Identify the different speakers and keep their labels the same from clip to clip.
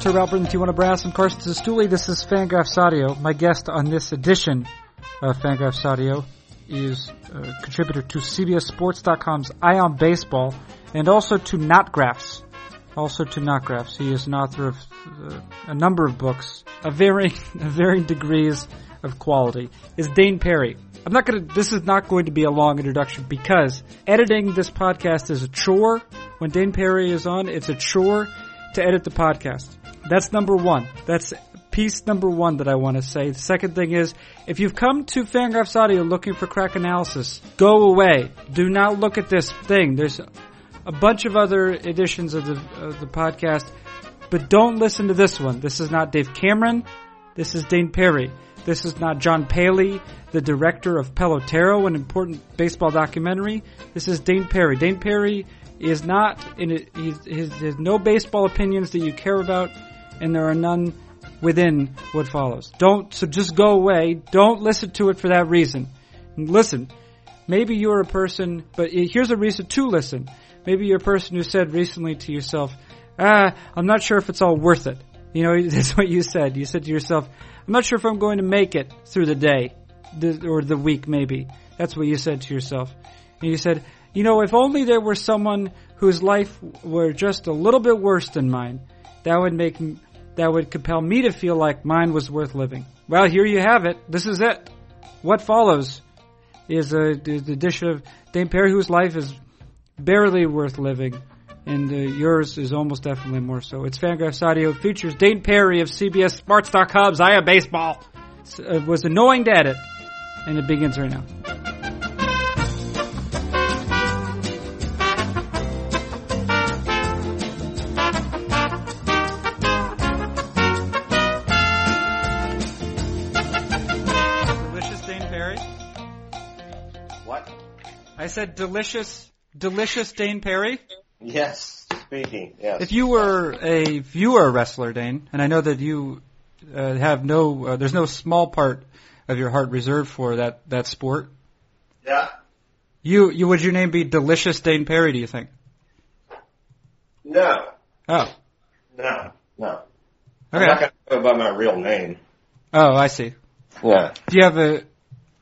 Speaker 1: Turb Alpert and Tijuana Brass. I'm Carson Sestouli. This is Fangraphs Audio. My guest on this edition of Fangraphs Audio is a contributor to CBSSports.com's Eye on Baseball and also to Notgraphs. Also to Notgraphs. He is an author of uh, a number of books of varying, of varying degrees of quality. Is Dane Perry. I'm not gonna, this is not going to be a long introduction because editing this podcast is a chore. When Dane Perry is on, it's a chore to edit the podcast. That's number one. That's piece number one that I want to say. The second thing is, if you've come to Fangraphs Audio looking for crack analysis, go away. Do not look at this thing. There's a bunch of other editions of the, of the podcast, but don't listen to this one. This is not Dave Cameron. This is Dane Perry. This is not John Paley, the director of Pelotero, an important baseball documentary. This is Dane Perry. Dane Perry is not in it. He's, his, his no baseball opinions that you care about, and there are none within what follows. Don't so just go away. Don't listen to it for that reason. Listen, maybe you're a person, but here's a reason to listen. Maybe you're a person who said recently to yourself, "Ah, I'm not sure if it's all worth it." You know, that's what you said. You said to yourself, "I'm not sure if I'm going to make it through the day the, or the week." Maybe that's what you said to yourself, and you said. You know, if only there were someone whose life were just a little bit worse than mine, that would make that would compel me to feel like mine was worth living. Well, here you have it. This is it. What follows is, a, is the dish of Dame Perry, whose life is barely worth living, and uh, yours is almost definitely more so. It's Fangraphs Audio. It features Dane Perry of CBS Sports.com's I Am Baseball. It was annoying to edit, and it begins right now. I said delicious, delicious Dane Perry.
Speaker 2: Yes, speaking. Yes.
Speaker 1: If you were a if you were a wrestler, Dane, and I know that you uh, have no, uh, there's no small part of your heart reserved for that that sport.
Speaker 2: Yeah.
Speaker 1: You you would your name be delicious Dane Perry? Do you think?
Speaker 2: No.
Speaker 1: Oh.
Speaker 2: No. No. I'm not
Speaker 1: Okay.
Speaker 2: gonna go by my real name.
Speaker 1: Oh, I see.
Speaker 2: Yeah.
Speaker 1: Do you have a?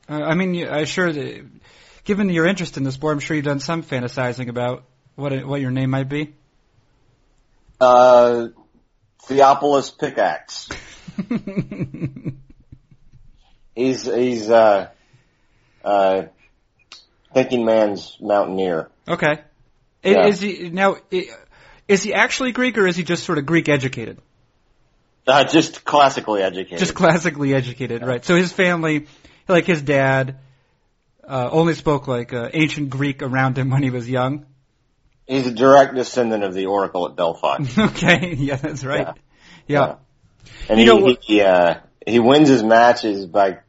Speaker 1: Uh, I mean, you- I sure. that- Given your interest in the sport, I'm sure you've done some fantasizing about what it, what your name might be.
Speaker 2: Uh, Theopolis Pickaxe. He's he's uh, uh, thinking man's mountaineer.
Speaker 1: Okay. I
Speaker 2: Yeah.
Speaker 1: Is he now? i- Is he actually Greek, or is he just sort of Greek educated?
Speaker 2: Uh, just classically educated.
Speaker 1: Just classically educated, right? So his family, like his dad, uh, only spoke like uh, ancient Greek around him when he was young.
Speaker 2: he's a direct descendant of the Oracle at Delphi.
Speaker 1: okay, yeah, that's right. Yeah.
Speaker 2: And
Speaker 1: You
Speaker 2: he
Speaker 1: know what-
Speaker 2: he, uh, he wins his matches by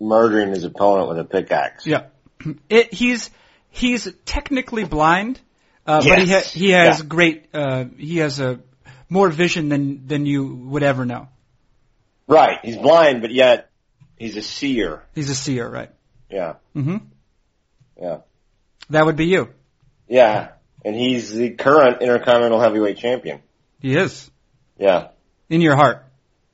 Speaker 2: murdering his opponent with a pickaxe.
Speaker 1: Yeah. It, he's he's technically blind, uh, but he ha-
Speaker 2: Yes.
Speaker 1: he has
Speaker 2: Yeah.
Speaker 1: great uh, he has a more vision than than you would ever know.
Speaker 2: Right. He's blind, but yet he's a seer.
Speaker 1: He's a seer, right?
Speaker 2: Yeah.
Speaker 1: hmm
Speaker 2: Yeah.
Speaker 1: That would be you.
Speaker 2: Yeah, and he's the current Intercontinental Heavyweight Champion.
Speaker 1: He is
Speaker 2: Yeah,
Speaker 1: in your heart.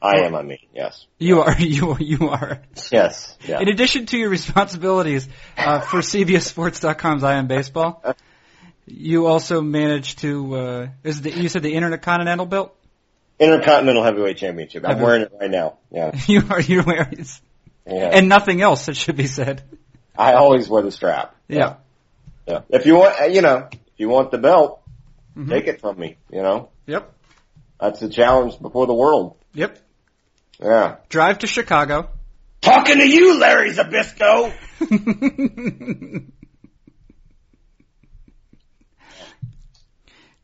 Speaker 2: I am. I mean, yes,
Speaker 1: You are you are- you are.
Speaker 2: yes, yeah.
Speaker 1: In addition to your responsibilities uh, for CBSSports.com's I Am Baseball, you also manage to uh, is the you said the Intercontinental belt.
Speaker 2: Intercontinental Heavyweight Championship. I'm wearing it right now. Yeah,
Speaker 1: You are you're wearing
Speaker 2: yeah.
Speaker 1: and nothing else that should be said.
Speaker 2: I always wear the strap.
Speaker 1: Yeah.
Speaker 2: Yeah. If you want, uh, you know, if you want the belt,
Speaker 1: Mhm.
Speaker 2: take it from me. You know,
Speaker 1: Yep.
Speaker 2: that's the challenge before the world.
Speaker 1: Yep.
Speaker 2: Yeah.
Speaker 1: Drive to Chicago.
Speaker 2: Talking to you, Larry Zabisco.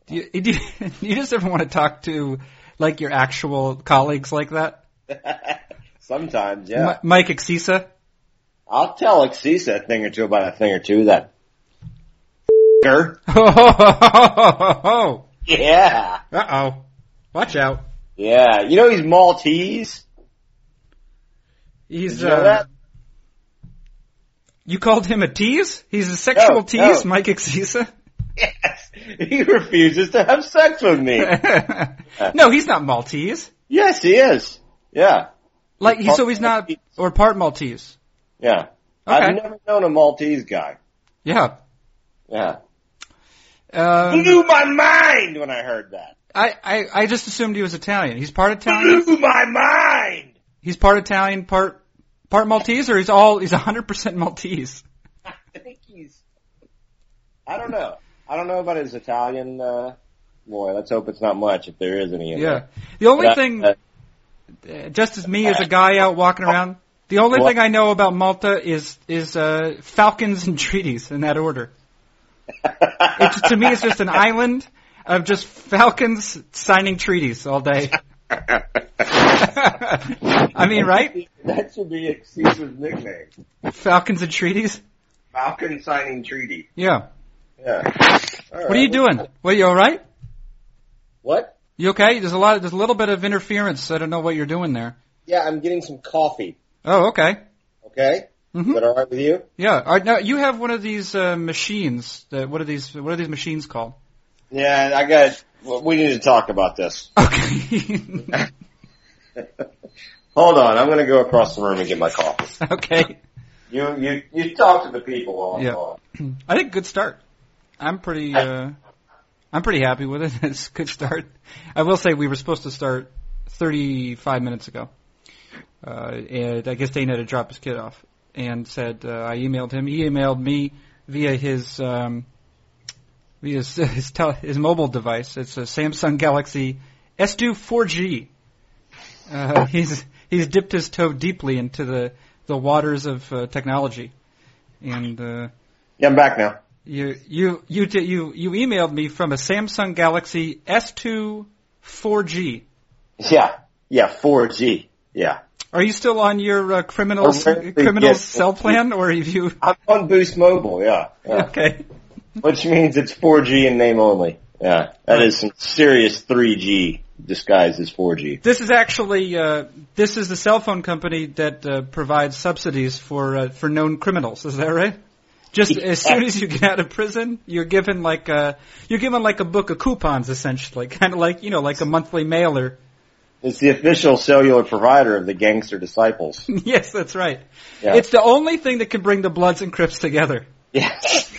Speaker 1: do you, do you, you just ever want to talk to like your actual colleagues like that?
Speaker 2: Sometimes, yeah.
Speaker 1: Mi- Mike Exisa.
Speaker 2: I'll tell Xisa a thing or two about a thing or two. That. f***er.
Speaker 1: Oh,
Speaker 2: Yeah.
Speaker 1: uh oh. Watch out.
Speaker 2: Yeah. You know he's Maltese.
Speaker 1: He's
Speaker 2: Did you know
Speaker 1: uh,
Speaker 2: that?
Speaker 1: you called him a tease? He's a sexual
Speaker 2: No,
Speaker 1: tease,
Speaker 2: no.
Speaker 1: Mike Exisa.
Speaker 2: Yes, he refuses to have sex with me.
Speaker 1: no, he's not Maltese.
Speaker 2: yes, he is. Yeah,
Speaker 1: Like he, so he's not or part Maltese.
Speaker 2: yeah.
Speaker 1: Okay.
Speaker 2: I've never known a Maltese guy.
Speaker 1: Yeah.
Speaker 2: Yeah,
Speaker 1: Um,
Speaker 2: blew my mind when I heard that.
Speaker 1: I, I I just assumed he was Italian. He's part Italian.
Speaker 2: Blew my mind.
Speaker 1: He's part Italian, part part Maltese, or he's all he's 100% Maltese.
Speaker 2: I think he's. I don't know. I don't know about his Italian. Uh, boy, let's hope it's not much if there is any. In
Speaker 1: Yeah.
Speaker 2: there.
Speaker 1: The only
Speaker 2: But I-
Speaker 1: thing,
Speaker 2: uh,
Speaker 1: uh, just as me as a guy out walking around, the only
Speaker 2: Well-
Speaker 1: thing I know about Malta is is uh, falcons and treaties in that order. It, to me, it's just an island of just falcons signing treaties all day. I mean, right?
Speaker 2: That should be Caesar's nickname.
Speaker 1: Falcons and treaties.
Speaker 2: Falcon signing treaty.
Speaker 1: Yeah.
Speaker 2: Yeah.
Speaker 1: What are you doing? What you all right?
Speaker 2: What?
Speaker 1: You okay? There's a lot. There's a little bit of interference. I don't know what you're doing there.
Speaker 2: Yeah, I'm getting some coffee.
Speaker 1: Oh, okay.
Speaker 2: Okay.
Speaker 1: Mhm.
Speaker 2: Is that all right with you?
Speaker 1: Yeah. All right, now you have one of these uh, machines. That, what are these? What are these machines called?
Speaker 2: Yeah, I got. We need to talk about this.
Speaker 1: Okay.
Speaker 2: Hold on, I'm going to go across the room and get my coffee.
Speaker 1: okay.
Speaker 2: You you you talk to the people while I'm
Speaker 1: Yeah.
Speaker 2: gone.
Speaker 1: I think good start. I'm pretty. Uh, I'm pretty happy with it. It's a good start. I will say we were supposed to start 35 minutes ago, uh, and I guess Dana had to drop his kid off and said uh, I emailed him. He emailed me via his um, via his his, tel- his mobile device. It's a Samsung Galaxy S2 4G. Uh, he's he's dipped his toe deeply into the the waters of uh, technology, and. Uh,
Speaker 2: Yeah, I'm back now.
Speaker 1: you you you did you you emailed me from a Samsung Galaxy S2 4G.
Speaker 2: Yeah, yeah, 4G. Yeah,
Speaker 1: Are you still on your uh, criminal
Speaker 2: Oh, really?
Speaker 1: criminal
Speaker 2: Yes.
Speaker 1: cell plan, or have you?
Speaker 2: I'm on Boost Mobile. Yeah, yeah.
Speaker 1: Okay,
Speaker 2: which means it's 4G in name only. Yeah, that is some serious 3G disguised as 4G.
Speaker 1: this is actually uh, this is the cell phone company that uh, provides subsidies for uh, for known criminals. Is that right? Just as soon as you get out of prison, you're given like a you're given like a book of coupons, essentially, kind of like you know like a monthly mailer.
Speaker 2: It's the official cellular provider of the gangster disciples.
Speaker 1: yes, that's right.
Speaker 2: Yeah.
Speaker 1: It's the only thing that can bring the Bloods and Crips together.
Speaker 2: Yes,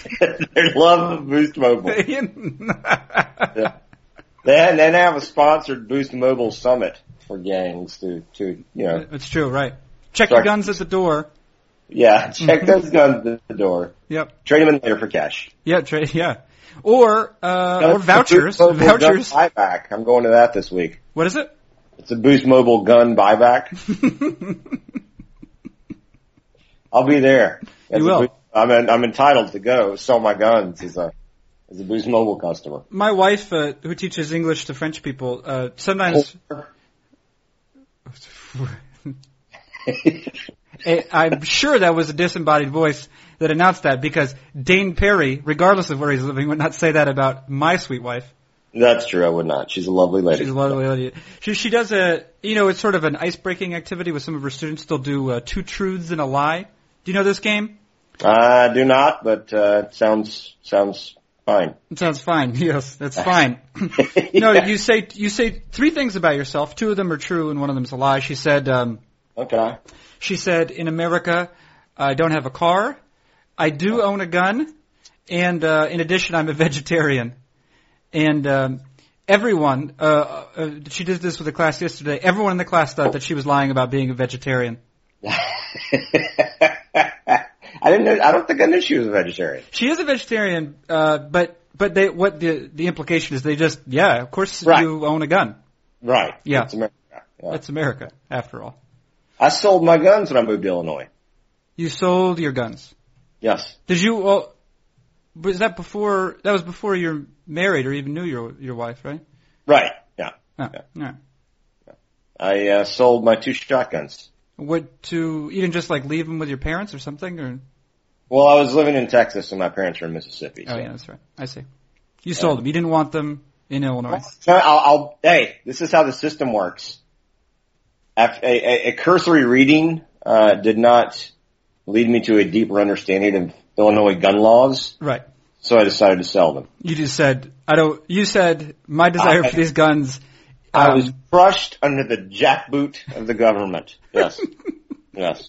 Speaker 2: their love of Boost Mobile.
Speaker 1: yeah.
Speaker 2: Then then have a sponsored Boost Mobile Summit for gangs to to you know
Speaker 1: It's true, right? Check
Speaker 2: Sorry.
Speaker 1: your guns at the door.
Speaker 2: yeah check those guns at the door.
Speaker 1: Mm-hmm. Yep.
Speaker 2: Trade them in later for cash.
Speaker 1: Yeah, tra- yeah. Or uh, or
Speaker 2: It's a Boost
Speaker 1: vouchers,
Speaker 2: Mobile gun
Speaker 1: vouchers.
Speaker 2: buyback. I'm going to that this week.
Speaker 1: What is it?
Speaker 2: It's a Boost Mobile gun buyback. I'll be there. As a
Speaker 1: will.
Speaker 2: Boost- I'm en- I'm entitled to go sell my guns as a as a Boost Mobile customer.
Speaker 1: My wife, uh, who teaches English to French people, uh, sometimes Eh, I'm sure that was a disembodied voice that announced that because Dane Perry, regardless of where he's living, would not say that about my sweet wife.
Speaker 2: That's true. I would not. She's a lovely lady.
Speaker 1: She's a lovely lady. She she does a you know it's sort of an ice breaking activity with some of her students. They'll do uh, two truths and a lie. Do you know this game?
Speaker 2: I do not, but uh, it sounds sounds fine.
Speaker 1: It sounds fine. Yes, that's fine. no, you say you say three things about yourself. Two of them are true and one of them's a lie. She said um,
Speaker 2: Okay.
Speaker 1: she said in America I don't have a car. I do own a gun, and uh, in addition I'm a vegetarian. And um, everyone uh, uh, she did this with a class yesterday. Everyone in the class thought that she was lying about being a vegetarian.
Speaker 2: I didn't know. I don't think I knew she was a vegetarian.
Speaker 1: She is a vegetarian, uh, but but they what the the implication is they just yeah of course
Speaker 2: Right.
Speaker 1: you own a gun.
Speaker 2: Right.
Speaker 1: Yeah.
Speaker 2: It's America. Yeah.
Speaker 1: That's America after all.
Speaker 2: I sold my guns when I moved to Illinois.
Speaker 1: You sold your guns.
Speaker 2: Yes.
Speaker 1: Did you? Well, was that before? That was before you're married or even knew your your wife, right?
Speaker 2: Right. Yeah.
Speaker 1: Oh,
Speaker 2: Yeah.
Speaker 1: all right.
Speaker 2: I uh, sold my two shotguns.
Speaker 1: What to? You didn't just like leave them with your parents or something? Or
Speaker 2: Well, I was living in Texas and my parents were in Mississippi.
Speaker 1: oh
Speaker 2: so-
Speaker 1: yeah, that's right. I see. You sold them. You didn't want them in Illinois.
Speaker 2: So I'll, I'll, hey, this is how the system works. After, a, a, a cursory reading uh, did not lead me to a deeper understanding of Illinois gun laws.
Speaker 1: Right.
Speaker 2: so I decided to sell them.
Speaker 1: You just said I don't. You said my desire
Speaker 2: I-
Speaker 1: for these guns.
Speaker 2: I
Speaker 1: um,
Speaker 2: was crushed under the jackboot of the government. Yes, yes.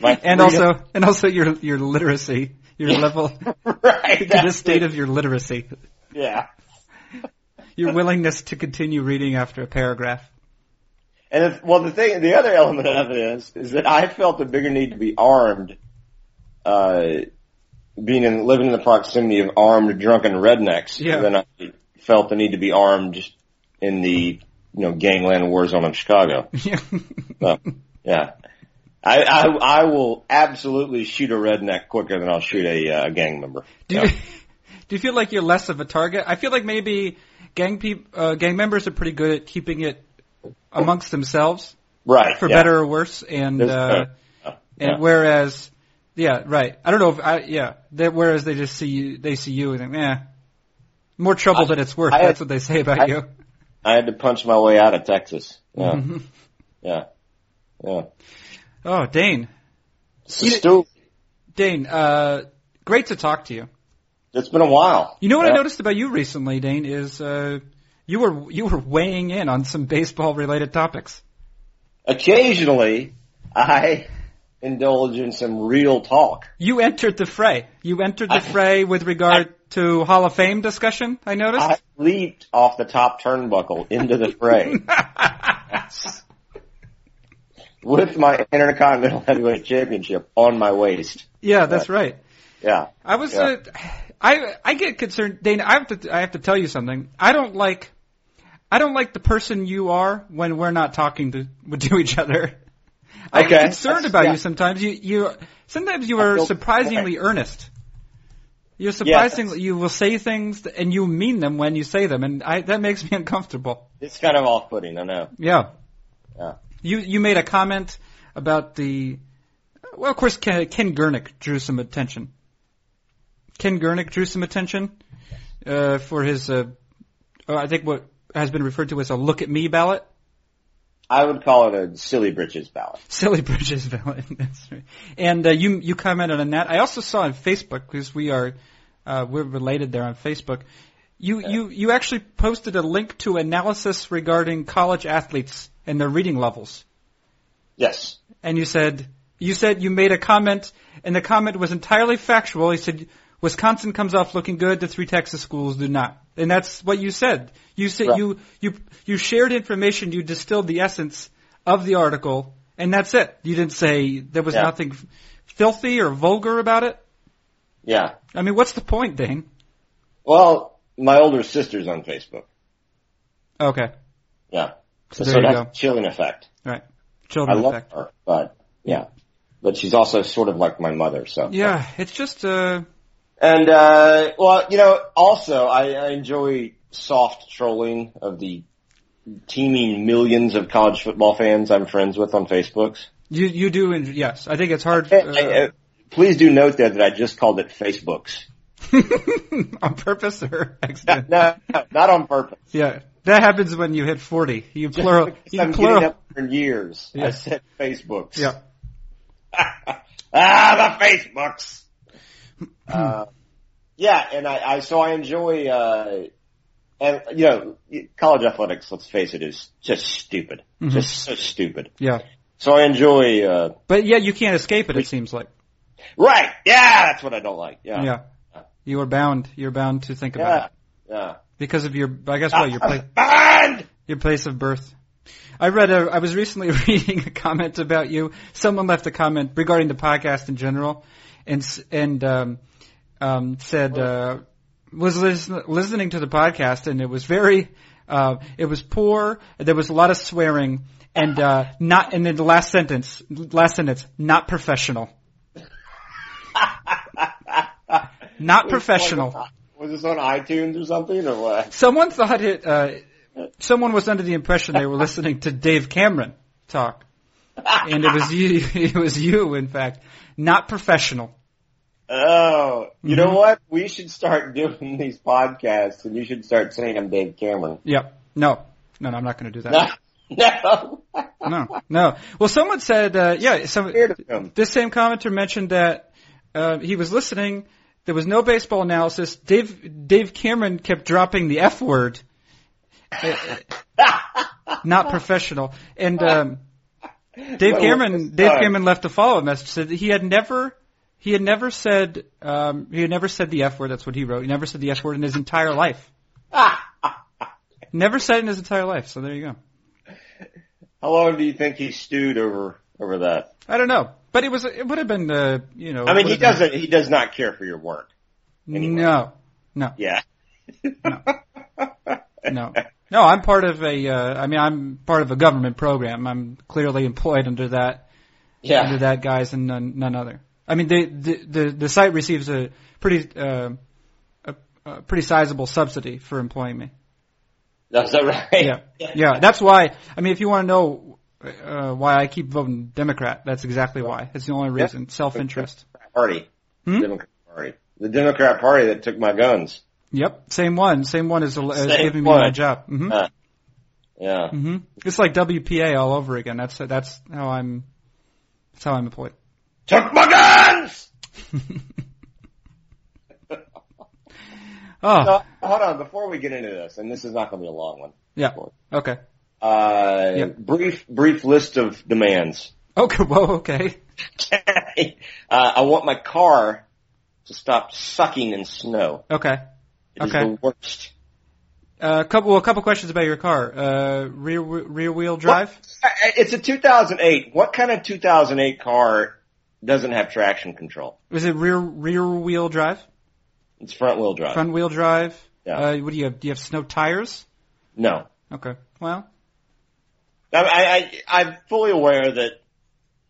Speaker 2: My
Speaker 1: and
Speaker 2: freedom-
Speaker 1: also and also your your literacy, your level,
Speaker 2: right
Speaker 1: the
Speaker 2: that's
Speaker 1: state
Speaker 2: it.
Speaker 1: of your literacy,
Speaker 2: yeah.
Speaker 1: your willingness to continue reading after a paragraph.
Speaker 2: And if, well, the thing, the other element of it is, is that I felt a bigger need to be armed, uh, being in, living in the proximity of armed drunken rednecks
Speaker 1: Yeah.
Speaker 2: than I felt the need to be armed in the, you know, gangland war zone of Chicago.
Speaker 1: Yeah.
Speaker 2: So, yeah. I, I, I will absolutely shoot a redneck quicker than I'll shoot a, uh, gang member.
Speaker 1: do you do you feel like you're less of a target? I feel like maybe gang peop, uh, gang members are pretty good at keeping it amongst themselves.
Speaker 2: Right.
Speaker 1: for
Speaker 2: yeah.
Speaker 1: better or worse. And
Speaker 2: There's-
Speaker 1: uh,
Speaker 2: uh,
Speaker 1: and
Speaker 2: yeah.
Speaker 1: whereas, yeah, right. I don't know if I, yeah. That whereas they just see you, they see you and think, eh, more trouble than it's worth.
Speaker 2: I-
Speaker 1: That's what they say about
Speaker 2: I-
Speaker 1: you.
Speaker 2: I had to punch my way out of Texas. Yeah.
Speaker 1: Mhm.
Speaker 2: Yeah.
Speaker 1: Mm-hmm.
Speaker 2: Yeah.
Speaker 1: Oh, Dane,
Speaker 2: So Stu,
Speaker 1: Dane, uh, great to talk to you.
Speaker 2: it's been a while.
Speaker 1: You know what I
Speaker 2: Yeah.
Speaker 1: noticed about you recently, Dane, is uh, you were you were weighing in on some baseball related topics.
Speaker 2: Occasionally, I indulge in some real talk.
Speaker 1: You entered the fray. You entered the
Speaker 2: I-
Speaker 1: fray with regard to Hall of Fame discussion. I noticed.
Speaker 2: I leaped off the top turnbuckle into the fray with my Intercontinental Heavyweight Championship on my waist.
Speaker 1: yeah, that's right.
Speaker 2: Yeah.
Speaker 1: I was,
Speaker 2: Yeah.
Speaker 1: uh, I I get concerned, Dana. I have to I have to tell you something. I don't like, I don't like the person you are when we're not talking to to each other. I get
Speaker 2: Okay.
Speaker 1: concerned
Speaker 2: That's-
Speaker 1: about
Speaker 2: yeah.
Speaker 1: you sometimes. You you sometimes you
Speaker 2: I
Speaker 1: are
Speaker 2: feel-
Speaker 1: surprisingly earnest. You're surprisingly
Speaker 2: that's-
Speaker 1: you will say things and you mean them when you say them, and I that makes me uncomfortable.
Speaker 2: It's kind of off-putting, I know.
Speaker 1: Yeah.
Speaker 2: Yeah.
Speaker 1: You you made a comment about the well, of course, Ken, Ken Gernick drew some attention. Ken Gernick drew some attention uh, for his, uh, uh, I think, what has been referred to as a "look at me" ballot,
Speaker 2: I would call it a silly britches ballot.
Speaker 1: silly bridges ballot. That's right. And uh, you you commented on that. I also saw on Facebook because we are uh, we're related there on Facebook. You you you actually posted a link to analysis regarding college athletes and their reading levels.
Speaker 2: Yes.
Speaker 1: and you said you said you made a comment, and the comment was entirely factual. He said Wisconsin comes off looking good, the three Texas schools do not, and that's what you said. You said
Speaker 2: Right.
Speaker 1: you you you shared information, you distilled the essence of the article, and that's it. You didn't say there was
Speaker 2: Yeah.
Speaker 1: nothing f- filthy or vulgar about it.
Speaker 2: Yeah.
Speaker 1: I mean, what's the point, Dane?
Speaker 2: Well, my older sister's on Facebook.
Speaker 1: Okay,
Speaker 2: Yeah.
Speaker 1: so
Speaker 2: so
Speaker 1: there you
Speaker 2: that's
Speaker 1: go.
Speaker 2: a chilling effect. I
Speaker 1: Children
Speaker 2: love
Speaker 1: effect.
Speaker 2: her, but yeah. But she's also sort of like my mother, so.
Speaker 1: Yeah, it's just uh,
Speaker 2: And uh well, you know, also I, I enjoy soft trolling of the teeming millions of college football fans I'm friends with on Facebook.
Speaker 1: you you do and yes, I think it's hard.
Speaker 2: And I-
Speaker 1: Uh,
Speaker 2: uh, please do note there that I just called it Facebooks.
Speaker 1: uh, on purpose or
Speaker 2: No,
Speaker 1: accident?
Speaker 2: no, not on purpose.
Speaker 1: Yeah, that happens when you hit 40. You plural.
Speaker 2: Because
Speaker 1: You
Speaker 2: I'm
Speaker 1: plural.
Speaker 2: getting up for years.
Speaker 1: Yeah.
Speaker 2: I said Facebooks.
Speaker 1: Yeah.
Speaker 2: ah, the Facebooks.
Speaker 1: Hmm.
Speaker 2: uh, yeah, and I, I so I enjoy, uh, and you know, college athletics. Let's face it, is just stupid,
Speaker 1: Mhm.
Speaker 2: just so stupid.
Speaker 1: Yeah.
Speaker 2: So I enjoy. Uh,
Speaker 1: But yeah, you can't escape it, it seems like.
Speaker 2: right? Yeah, that's what I don't like. Yeah,
Speaker 1: Yeah. You are bound. You're bound to think about
Speaker 2: yeah,
Speaker 1: it.
Speaker 2: yeah.
Speaker 1: Because of your, I guess what, your, pla-
Speaker 2: Banned!
Speaker 1: your place of birth. I read a, I was recently reading a comment about you. Someone left a comment regarding the podcast in general and, s- and, um, um, said, uh, was listen, listening to the podcast and it was very, uh, it was poor. There was a lot of swearing and, uh, not, and then the last sentence, last sentence, not professional. not professional.
Speaker 2: Was this on iTunes or something or what?
Speaker 1: Someone thought it. Uh, someone was under the impression they were listening to Dave Cameron talk, and it was you. It was you, in fact, not professional.
Speaker 2: Oh, you
Speaker 1: Mhm.
Speaker 2: know what? We should start doing these podcasts, and you should start saying I'm Dave Cameron.
Speaker 1: Yep. No. No, no, I'm not going to do that.
Speaker 2: No, no.
Speaker 1: No, no. Well, someone said, uh, yeah, some,
Speaker 2: Scared of him.
Speaker 1: this same commenter mentioned that uh, he was listening There was no baseball analysis. Dave Dave Cameron kept dropping the F word. Uh, Not professional. And um, Dave
Speaker 2: Well,
Speaker 1: Cameron Dave
Speaker 2: uh,
Speaker 1: Cameron left a follow up message said that he had never he had never said um, he had never said the F word. That's what he wrote. He never said the F word in his entire life. Never said it in his entire life. So there you go.
Speaker 2: How long do you think he stewed over over that?
Speaker 1: I don't know, but it was it would have been uh, you know.
Speaker 2: I mean,
Speaker 1: it
Speaker 2: he
Speaker 1: would have
Speaker 2: doesn't. He does not care for your work.
Speaker 1: been-
Speaker 2: anyway.
Speaker 1: No,
Speaker 2: Yeah.
Speaker 1: no, no. I'm part of a. Uh, I mean, I'm part of a government program. I'm clearly employed under that under
Speaker 2: Yeah.
Speaker 1: that guise and none, none other. I mean, the, the the the site receives a pretty uh, a, a pretty sizable subsidy for employing me.
Speaker 2: That's that right.
Speaker 1: Yeah, yeah. That's why. I mean, if you want to know uh, why I keep voting Democrat, that's exactly why. That's the only
Speaker 2: Yeah.
Speaker 1: reason. Self interest.
Speaker 2: Party.
Speaker 1: Hmm?
Speaker 2: Democrat Party. The Democrat Party that took my guns.
Speaker 1: Yep. Same one. Same one is, is
Speaker 2: Same
Speaker 1: giving me
Speaker 2: one.
Speaker 1: my job. hmm
Speaker 2: Uh, Yeah.
Speaker 1: hmm It's like WPA all over again. That's that's how I'm. That's how I'm employed.
Speaker 2: Took my guns.
Speaker 1: oh,
Speaker 2: So, hold on. Before we get into this, and this is not going to be a long one.
Speaker 1: yeah. Okay.
Speaker 2: Uh,
Speaker 1: Yeah.
Speaker 2: brief, brief list of demands.
Speaker 1: Okay. Whoa. Okay.
Speaker 2: uh, I want my car to stop sucking in snow.
Speaker 1: Okay.
Speaker 2: It is
Speaker 1: Okay.
Speaker 2: the worst.
Speaker 1: Uh, couple. Well, a couple questions about your car. Uh, rear whe- rear wheel drive.
Speaker 2: What- I- I- It's a 2008. What kind of 2008 car doesn't have traction control?
Speaker 1: Is it rear rear wheel drive?
Speaker 2: It's front wheel drive.
Speaker 1: Front wheel drive.
Speaker 2: Uh, Yeah.
Speaker 1: Uh, what do you have? Do you have snow tires?
Speaker 2: No.
Speaker 1: Okay. Well.
Speaker 2: I, I, I, I'm fully aware that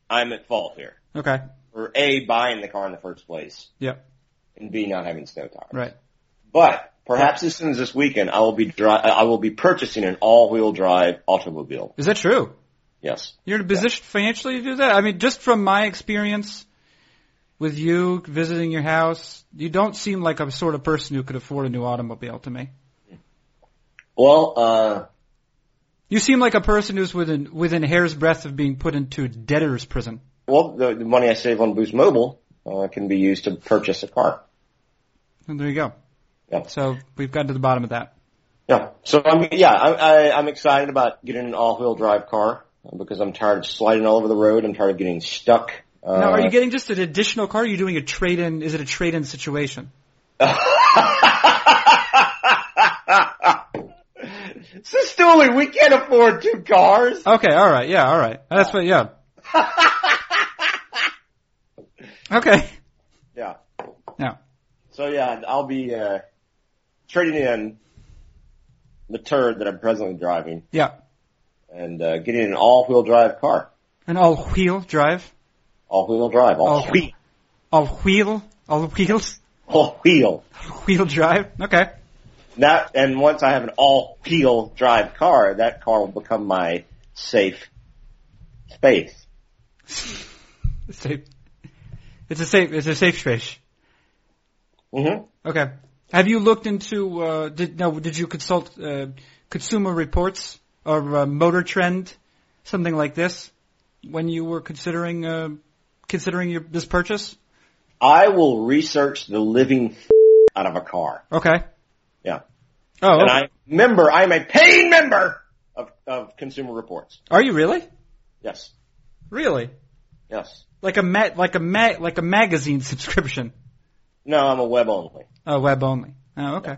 Speaker 2: I'm at fault here.
Speaker 1: Okay.
Speaker 2: For A, buying the car in the first place.
Speaker 1: Yep.
Speaker 2: And B, not having snow tires.
Speaker 1: Right.
Speaker 2: But perhaps as soon as this weekend, I will be dri- I will be purchasing an all-wheel drive automobile.
Speaker 1: Is that true?
Speaker 2: Yes.
Speaker 1: You're in a position financially to do that? I mean, just from my experience with you visiting your house, you don't seem like a sort of person who could afford a new automobile to me.
Speaker 2: Well, uh,
Speaker 1: You seem like a person who's within within a hair's breadth of being put into debtor's prison.
Speaker 2: well, the, the money I save on Boost Mobile uh, can be used to purchase a car.
Speaker 1: And there you go.
Speaker 2: Yep.
Speaker 1: So we've gotten to the bottom of that.
Speaker 2: Yeah. So I'm yeah I, I, I'm excited about getting an all-wheel drive car uh, because I'm tired of sliding all over the road. I'm tired of getting stuck. Uh,
Speaker 1: now, are you getting just an additional car? Or are you doing a trade in? Is it a trade in situation?
Speaker 2: so Stooley, we can't afford two cars.
Speaker 1: Okay. All right. Yeah. All right. That's what. Yeah. Okay.
Speaker 2: Yeah.
Speaker 1: Yeah.
Speaker 2: So yeah, I'll be uh, trading in the turd that I'm presently driving
Speaker 1: Yeah.
Speaker 2: and uh, getting an all-wheel drive car.
Speaker 1: An all wheel drive.
Speaker 2: All-wheel drive. All wheel.
Speaker 1: All wheel. All wheels.
Speaker 2: All wheel.
Speaker 1: Wheel drive. Okay.
Speaker 2: That and once I have an all-wheel drive car, that car will become my safe space.
Speaker 1: It's safe. It's a safe. It's a safe space.
Speaker 2: hmm
Speaker 1: Okay. Have you looked into? Uh, did no? Did you consult uh, Consumer Reports or uh, Motor Trend, something like this, when you were considering uh, considering your this purchase?
Speaker 2: I will research the living f- out of a car.
Speaker 1: Okay.
Speaker 2: Yeah.
Speaker 1: Oh,
Speaker 2: And I'm a member. I'm a paying member of of Consumer Reports.
Speaker 1: are you really?
Speaker 2: Yes.
Speaker 1: Really?
Speaker 2: Yes.
Speaker 1: Like a ma- like a ma- like a magazine subscription?
Speaker 2: No, I'm a web only.
Speaker 1: Oh, web only. Oh, okay.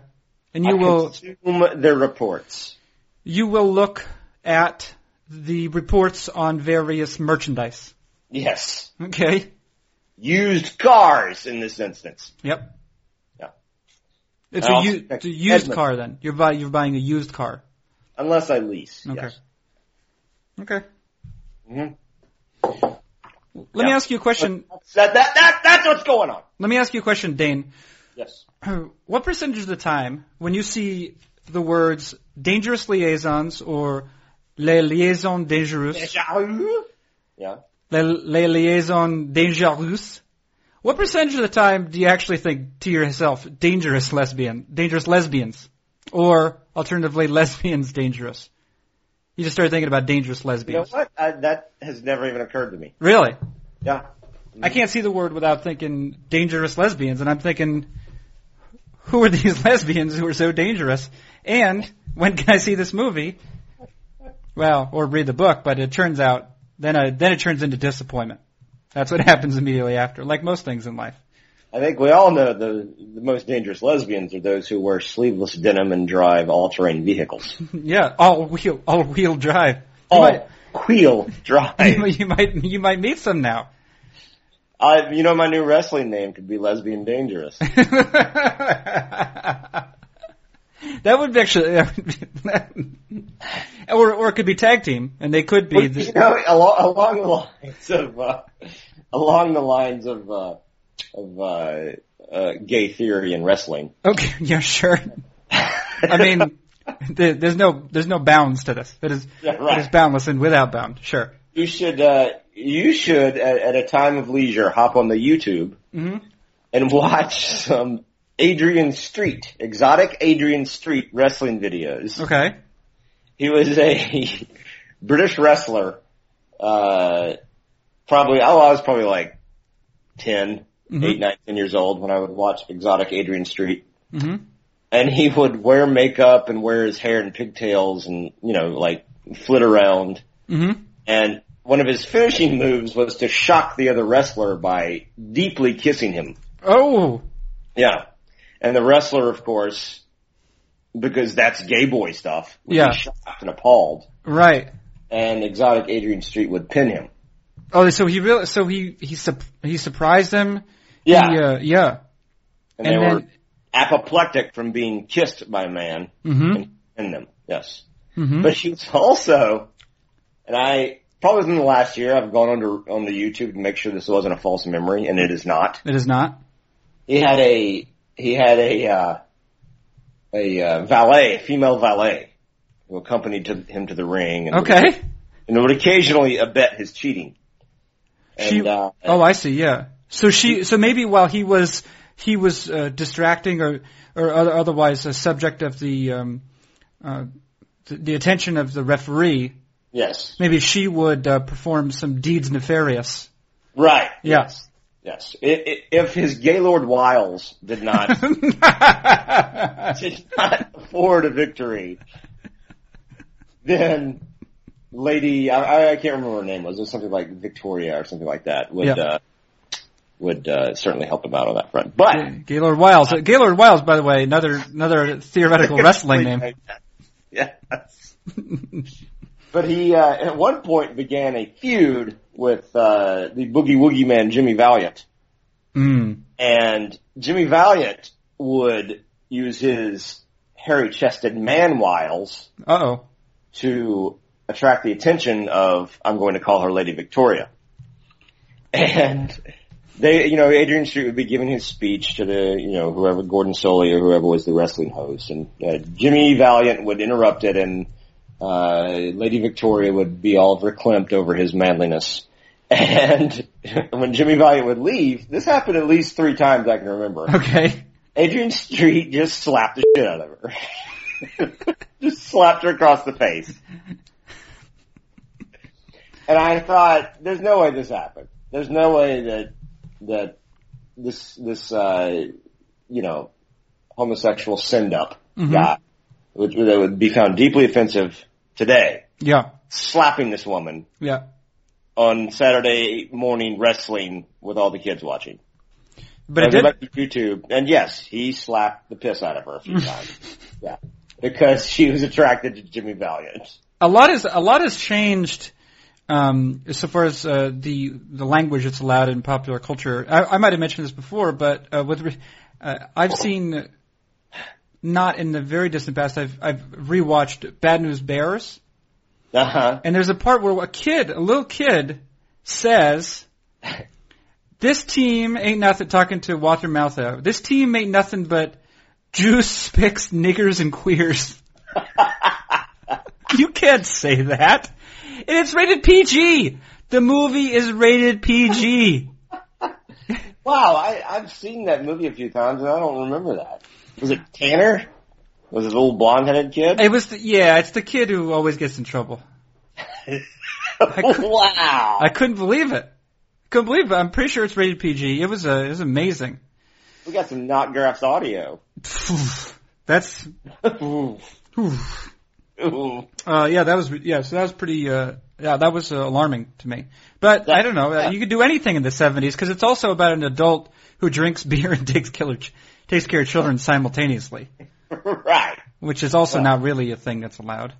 Speaker 1: And you
Speaker 2: I
Speaker 1: will
Speaker 2: consume their reports.
Speaker 1: you will look at the reports on various merchandise.
Speaker 2: Yes.
Speaker 1: Okay.
Speaker 2: Used cars in this instance.
Speaker 1: Yep.
Speaker 2: Yeah.
Speaker 1: It's
Speaker 2: And
Speaker 1: a,
Speaker 2: I'll
Speaker 1: u-
Speaker 2: check
Speaker 1: it's a used
Speaker 2: Edmund.
Speaker 1: car then. You're buy- you're buying a used car.
Speaker 2: Unless I lease.
Speaker 1: Okay.
Speaker 2: Yes.
Speaker 1: Okay.
Speaker 2: Mhm.
Speaker 1: Let me
Speaker 2: Yeah.
Speaker 1: ask you a question.
Speaker 2: That, that, that, that's what's going on.
Speaker 1: Let me ask you a question, Dane.
Speaker 2: Yes.
Speaker 1: What percentage of the time when you see the words dangerous liaisons or les liaisons dangereuses,
Speaker 2: Yeah.
Speaker 1: les, les liaisons dangereuses, what percentage of the time do you actually think to yourself, dangerous lesbian, dangerous lesbians, or alternatively, lesbians dangerous? You just start thinking about dangerous
Speaker 2: You know
Speaker 1: lesbians.
Speaker 2: what? I, that has never even occurred to me.
Speaker 1: Really?
Speaker 2: Yeah.
Speaker 1: I can't see the word without thinking dangerous lesbians, and I'm thinking, who are these lesbians who are so dangerous? And when can I see this movie? Well, or read the book, but it turns out then I, then it turns into disappointment. That's what happens immediately after, like most things in life.
Speaker 2: I think we all know the, the most dangerous lesbians are those who wear sleeveless denim and drive all-terrain vehicles.
Speaker 1: Yeah, all wheel all wheel drive. You might-
Speaker 2: All-wheel drive.
Speaker 1: you might you might meet some now.
Speaker 2: I, you know, my new wrestling name could be Lesbian Dangerous.
Speaker 1: that would be actually, that would be, or or it could be tag team, and they could be.
Speaker 2: you
Speaker 1: The,
Speaker 2: know, along, along the lines of, uh, along the lines of, uh, of, uh, uh, gay theory and wrestling.
Speaker 1: okay, yeah, sure. I mean, there, there's no there's no bounds to this. It is
Speaker 2: Yeah, right.
Speaker 1: it is boundless and without bound. Sure.
Speaker 2: you should, uh, you should at, at a time of leisure hop on the YouTube
Speaker 1: hmm
Speaker 2: and watch some Adrian Street, exotic Adrian Street wrestling videos.
Speaker 1: Okay.
Speaker 2: He was a British wrestler, uh, probably, oh, I was probably like 10,
Speaker 1: Mhm.
Speaker 2: eight, nine, 10 years old when I would watch exotic Adrian Street.
Speaker 1: hmm
Speaker 2: And he would wear makeup and wear his hair in pigtails and, you know, like flit around.
Speaker 1: hmm
Speaker 2: And one of his finishing moves was to shock the other wrestler by deeply kissing him.
Speaker 1: Oh,
Speaker 2: Yeah. And the wrestler, of course, because that's gay boy stuff, would
Speaker 1: Yeah.
Speaker 2: be shocked and appalled.
Speaker 1: right.
Speaker 2: And exotic Adrian Street would pin him.
Speaker 1: Oh, so he really so he he sup he surprised him.
Speaker 2: Yeah.
Speaker 1: He, uh, yeah.
Speaker 2: and they
Speaker 1: and
Speaker 2: were apoplectic from being kissed by a man
Speaker 1: then.
Speaker 2: in them. Yes.
Speaker 1: hmm hmm
Speaker 2: But she was also, and I, probably within the last year, I've gone onto, onto YouTube to make sure this wasn't a false memory, and it is not.
Speaker 1: It is not.
Speaker 2: he had a he had a uh, a uh, valet, female valet, who accompanied to, him to the ring and would,
Speaker 1: Okay.
Speaker 2: and would occasionally abet his cheating. And,
Speaker 1: She-
Speaker 2: uh,
Speaker 1: Oh, I see. Yeah. So she. So maybe while he was he was uh, distracting or or other, otherwise a subject of the um, uh, the, the attention of the referee,
Speaker 2: yes,
Speaker 1: maybe she would uh, perform some deeds nefarious.
Speaker 2: right,
Speaker 1: Yeah.
Speaker 2: yes. I i if his Gaylord Wiles did not did not afford a victory, then Lady I, I- I can't remember what her name was. It was something like Victoria or something like that. Would
Speaker 1: Yeah.
Speaker 2: uh, would uh, certainly help him out on that front, but.
Speaker 1: Gaylord Wiles. Uh, Gaylord Wiles, by the way, another another theoretical wrestling name.
Speaker 2: Yeah. But he uh, at one point began a feud with uh, the Boogie Woogie Man Jimmy Valiant,
Speaker 1: mm.
Speaker 2: and Jimmy Valiant would use his hairy-chested man wiles
Speaker 1: Uh oh.
Speaker 2: to attract the attention of I'm going to call her Lady Victoria, and they, you know, Adrian Street would be giving his speech to the, you know, whoever, Gordon Soley or whoever was the wrestling host, and uh, Jimmy Valiant would interrupt it, and uh, Lady Victoria would be all reclamped over his manliness. And when Jimmy Valiant would leave, this happened at least three times I can remember.
Speaker 1: Okay.
Speaker 2: Adrian Street just slapped the shit out of her. just slapped her across the face. And I thought, there's no way this happened. There's no way that, that this, this, uh, you know, homosexual send up
Speaker 1: Mhm.
Speaker 2: guy, which that would be found deeply offensive today,
Speaker 1: Yeah.
Speaker 2: slapping this woman
Speaker 1: Yeah.
Speaker 2: on Saturday morning wrestling with all the kids watching.
Speaker 1: But it
Speaker 2: I
Speaker 1: did.
Speaker 2: went back to YouTube, and yes, he slapped the piss out of her a few times. Yeah, because she was attracted to Jimmy Valiant.
Speaker 1: a lot is a lot has changed um, so far as uh, the the language that's allowed in popular culture. I, I might have mentioned this before, but uh, with re- uh, I've seen not in the very distant past. I've I've rewatched Bad News Bears,
Speaker 2: Uh-huh.
Speaker 1: and there's a part where a kid, a little kid, says. This team ain't nothing. Talking to Walter Matthau. This team ain't nothing but juice, spicks, niggers, and queers. You can't say that. And it's rated PG. The movie is rated PG.
Speaker 2: wow, I, I've seen that movie a few times, and I don't remember that. Was it Tanner? Was it the little blonde-headed kid?
Speaker 1: It was the, yeah, it's the kid who always gets in trouble.
Speaker 2: wow.
Speaker 1: I couldn't believe it. Couldn't believe it. I'm pretty sure it's rated PG. It was uh, it was amazing.
Speaker 2: We got some not graphs audio.
Speaker 1: That's
Speaker 2: Ooh.
Speaker 1: oof.
Speaker 2: Ooh.
Speaker 1: uh yeah that was yeah so that was pretty uh yeah that was uh, alarming to me. But I don't know uh, you could do anything in the 70s because it's also about an adult who drinks beer and takes killer ch- takes care of children simultaneously,
Speaker 2: right.
Speaker 1: which is also
Speaker 2: Yeah.
Speaker 1: not really a thing that's allowed.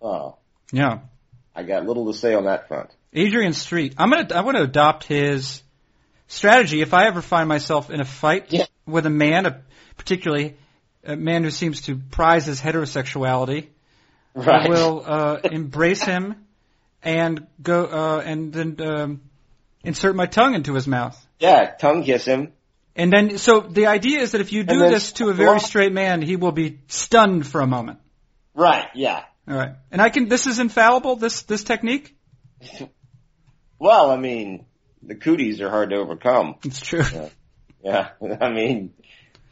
Speaker 2: Oh,
Speaker 1: Yeah.
Speaker 2: I got little to say on that front.
Speaker 1: Adrian Street. I'm gonna I want to adopt his strategy. If I ever find myself in a fight
Speaker 2: Yeah.
Speaker 1: with a man, a, particularly a man who seems to prize his heterosexuality, I
Speaker 2: Right.
Speaker 1: will uh, embrace him and go uh, and then um, insert my tongue into his mouth.
Speaker 2: yeah, tongue kiss him.
Speaker 1: And then, so the idea is that if you do
Speaker 2: And then-
Speaker 1: this to a very straight man, he will be stunned for a moment.
Speaker 2: Right. Yeah.
Speaker 1: All right, and I can. This is infallible. This this technique.
Speaker 2: Well, I mean, the cooties are hard to overcome.
Speaker 1: It's true.
Speaker 2: Yeah. Yeah. I mean,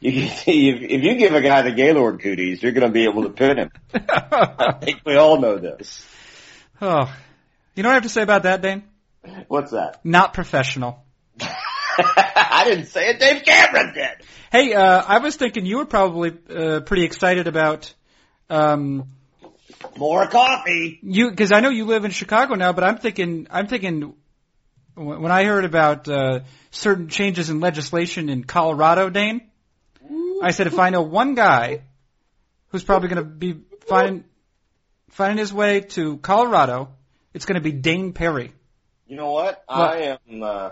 Speaker 2: you can see if, if you give a guy the Gaylord cooties, you're going to be able to pin him. I think we all know this.
Speaker 1: oh, you know what I have to say about that, Dane?
Speaker 2: What's that?
Speaker 1: Not professional.
Speaker 2: I didn't say it. Dave Cameron did.
Speaker 1: Hey, uh, I was thinking you were probably uh, pretty excited about um,
Speaker 2: More coffee.
Speaker 1: you because I know you live in Chicago now, but I'm thinking I'm thinking wh- when I heard about uh, certain changes in legislation in Colorado, Dane, I said if I know one guy who's probably going to be finding finding his way to Colorado, it's going to be Dane Perry.
Speaker 2: You know what? I am. Uh,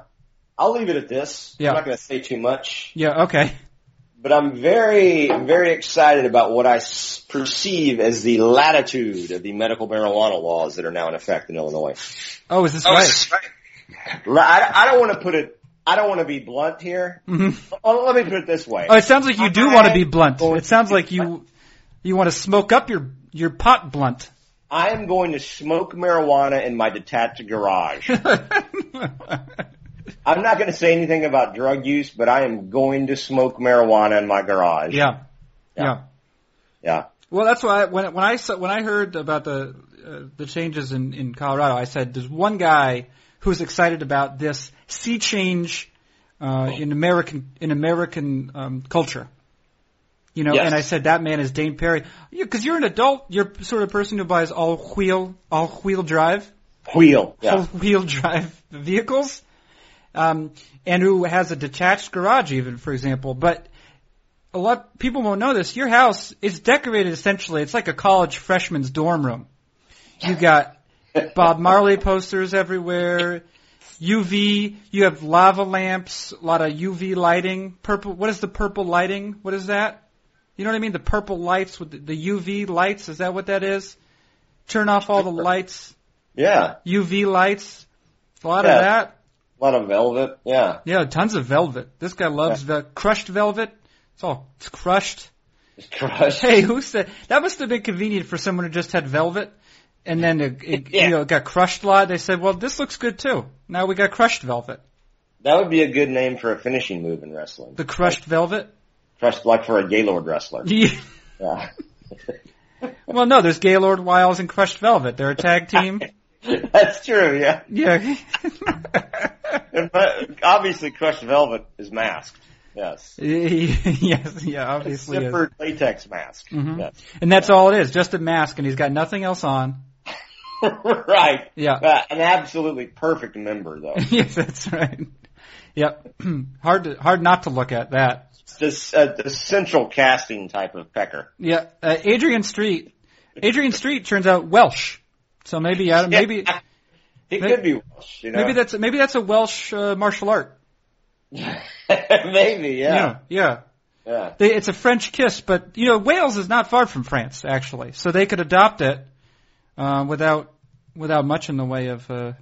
Speaker 2: I'll leave it at this.
Speaker 1: Yeah.
Speaker 2: I'm not going to say too much,
Speaker 1: Yeah, okay.
Speaker 2: but I'm very, very excited about what I s- perceive as the latitude of the medical marijuana laws that are now in effect in Illinois.
Speaker 1: Oh, is this right?
Speaker 2: La- I, I don't want to put it. I don't want to be blunt here.
Speaker 1: Mhm.
Speaker 2: Oh, let me put it this way.
Speaker 1: Oh, it sounds like you do want to be blunt.
Speaker 2: I-
Speaker 1: It sounds like you you want to smoke up your your pot blunt.
Speaker 2: I am going to smoke marijuana in my detached garage. I'm not going to say anything about drug use, but I am going to smoke marijuana in my garage.
Speaker 1: Yeah.
Speaker 2: Yeah.
Speaker 1: Yeah.
Speaker 2: Yeah.
Speaker 1: Well, that's why I, when when I saw, when I heard about the uh, the changes in in Colorado, I said there's one guy who's excited about this sea change uh,
Speaker 2: Oh.
Speaker 1: in American in American um, culture. You know,
Speaker 2: Yes.
Speaker 1: and I said that man is Dane Perry because you're an adult. You're sort of person who buys all wheel all wheel drive
Speaker 2: Wheel. Yeah.
Speaker 1: wheel drive vehicles, um, and who has a detached garage, even for example. But a lot people won't know this. Your house is decorated essentially. It's like a college freshman's dorm room. You got Bob Marley posters everywhere. UV. You have lava lamps. A lot of UV lighting. Purple. What is the purple lighting? What is that? You know what I mean? The purple lights with the, the UV lights. Is that what that is? Turn off all the lights.
Speaker 2: Yeah.
Speaker 1: UV lights, a lot
Speaker 2: Yeah.
Speaker 1: of that.
Speaker 2: A lot of velvet. Yeah.
Speaker 1: Yeah, tons of velvet. This guy loves the crushed velvet. It's all it's crushed.
Speaker 2: Just crush.
Speaker 1: Hey, who said that must have been convenient for someone who just had velvet, and then it, it
Speaker 2: Yeah.
Speaker 1: you know it got crushed a lot. They said, well, this looks good too. Now we got crushed velvet,
Speaker 2: That would be a good name for a finishing move in wrestling.
Speaker 1: the crushed velvet.
Speaker 2: Crushed like for a Gaylord wrestler.
Speaker 1: Yeah.
Speaker 2: Yeah.
Speaker 1: well, no, there's Gaylord Wiles and Crushed Velvet. They're a tag team.
Speaker 2: That's true. Yeah.
Speaker 1: yeah.
Speaker 2: But obviously, crushed velvet is masked. Yes.
Speaker 1: yes, yeah, obviously. yes.
Speaker 2: Zippered latex mask.
Speaker 1: Mhm.
Speaker 2: Yes.
Speaker 1: And that's all it is, just a mask, and he's got nothing else on.
Speaker 2: right.
Speaker 1: Yeah.
Speaker 2: Uh, an absolutely perfect member, though.
Speaker 1: yes, that's right. Yep. hard to, hard not to look at that.
Speaker 2: It's this uh, the central casting type of pecker.
Speaker 1: Yeah, uh, Adrian Street. Adrian Street turns out Welsh. So maybe I don't, maybe
Speaker 2: he
Speaker 1: may-
Speaker 2: could be Welsh. You know?
Speaker 1: maybe that's maybe that's a Welsh uh, martial art.
Speaker 2: that. maybe, yeah,
Speaker 1: yeah. yeah.
Speaker 2: yeah.
Speaker 1: They, it's a French kiss, but you know Wales is not far from France actually, so they could adopt it uh, without without much in the way of uh,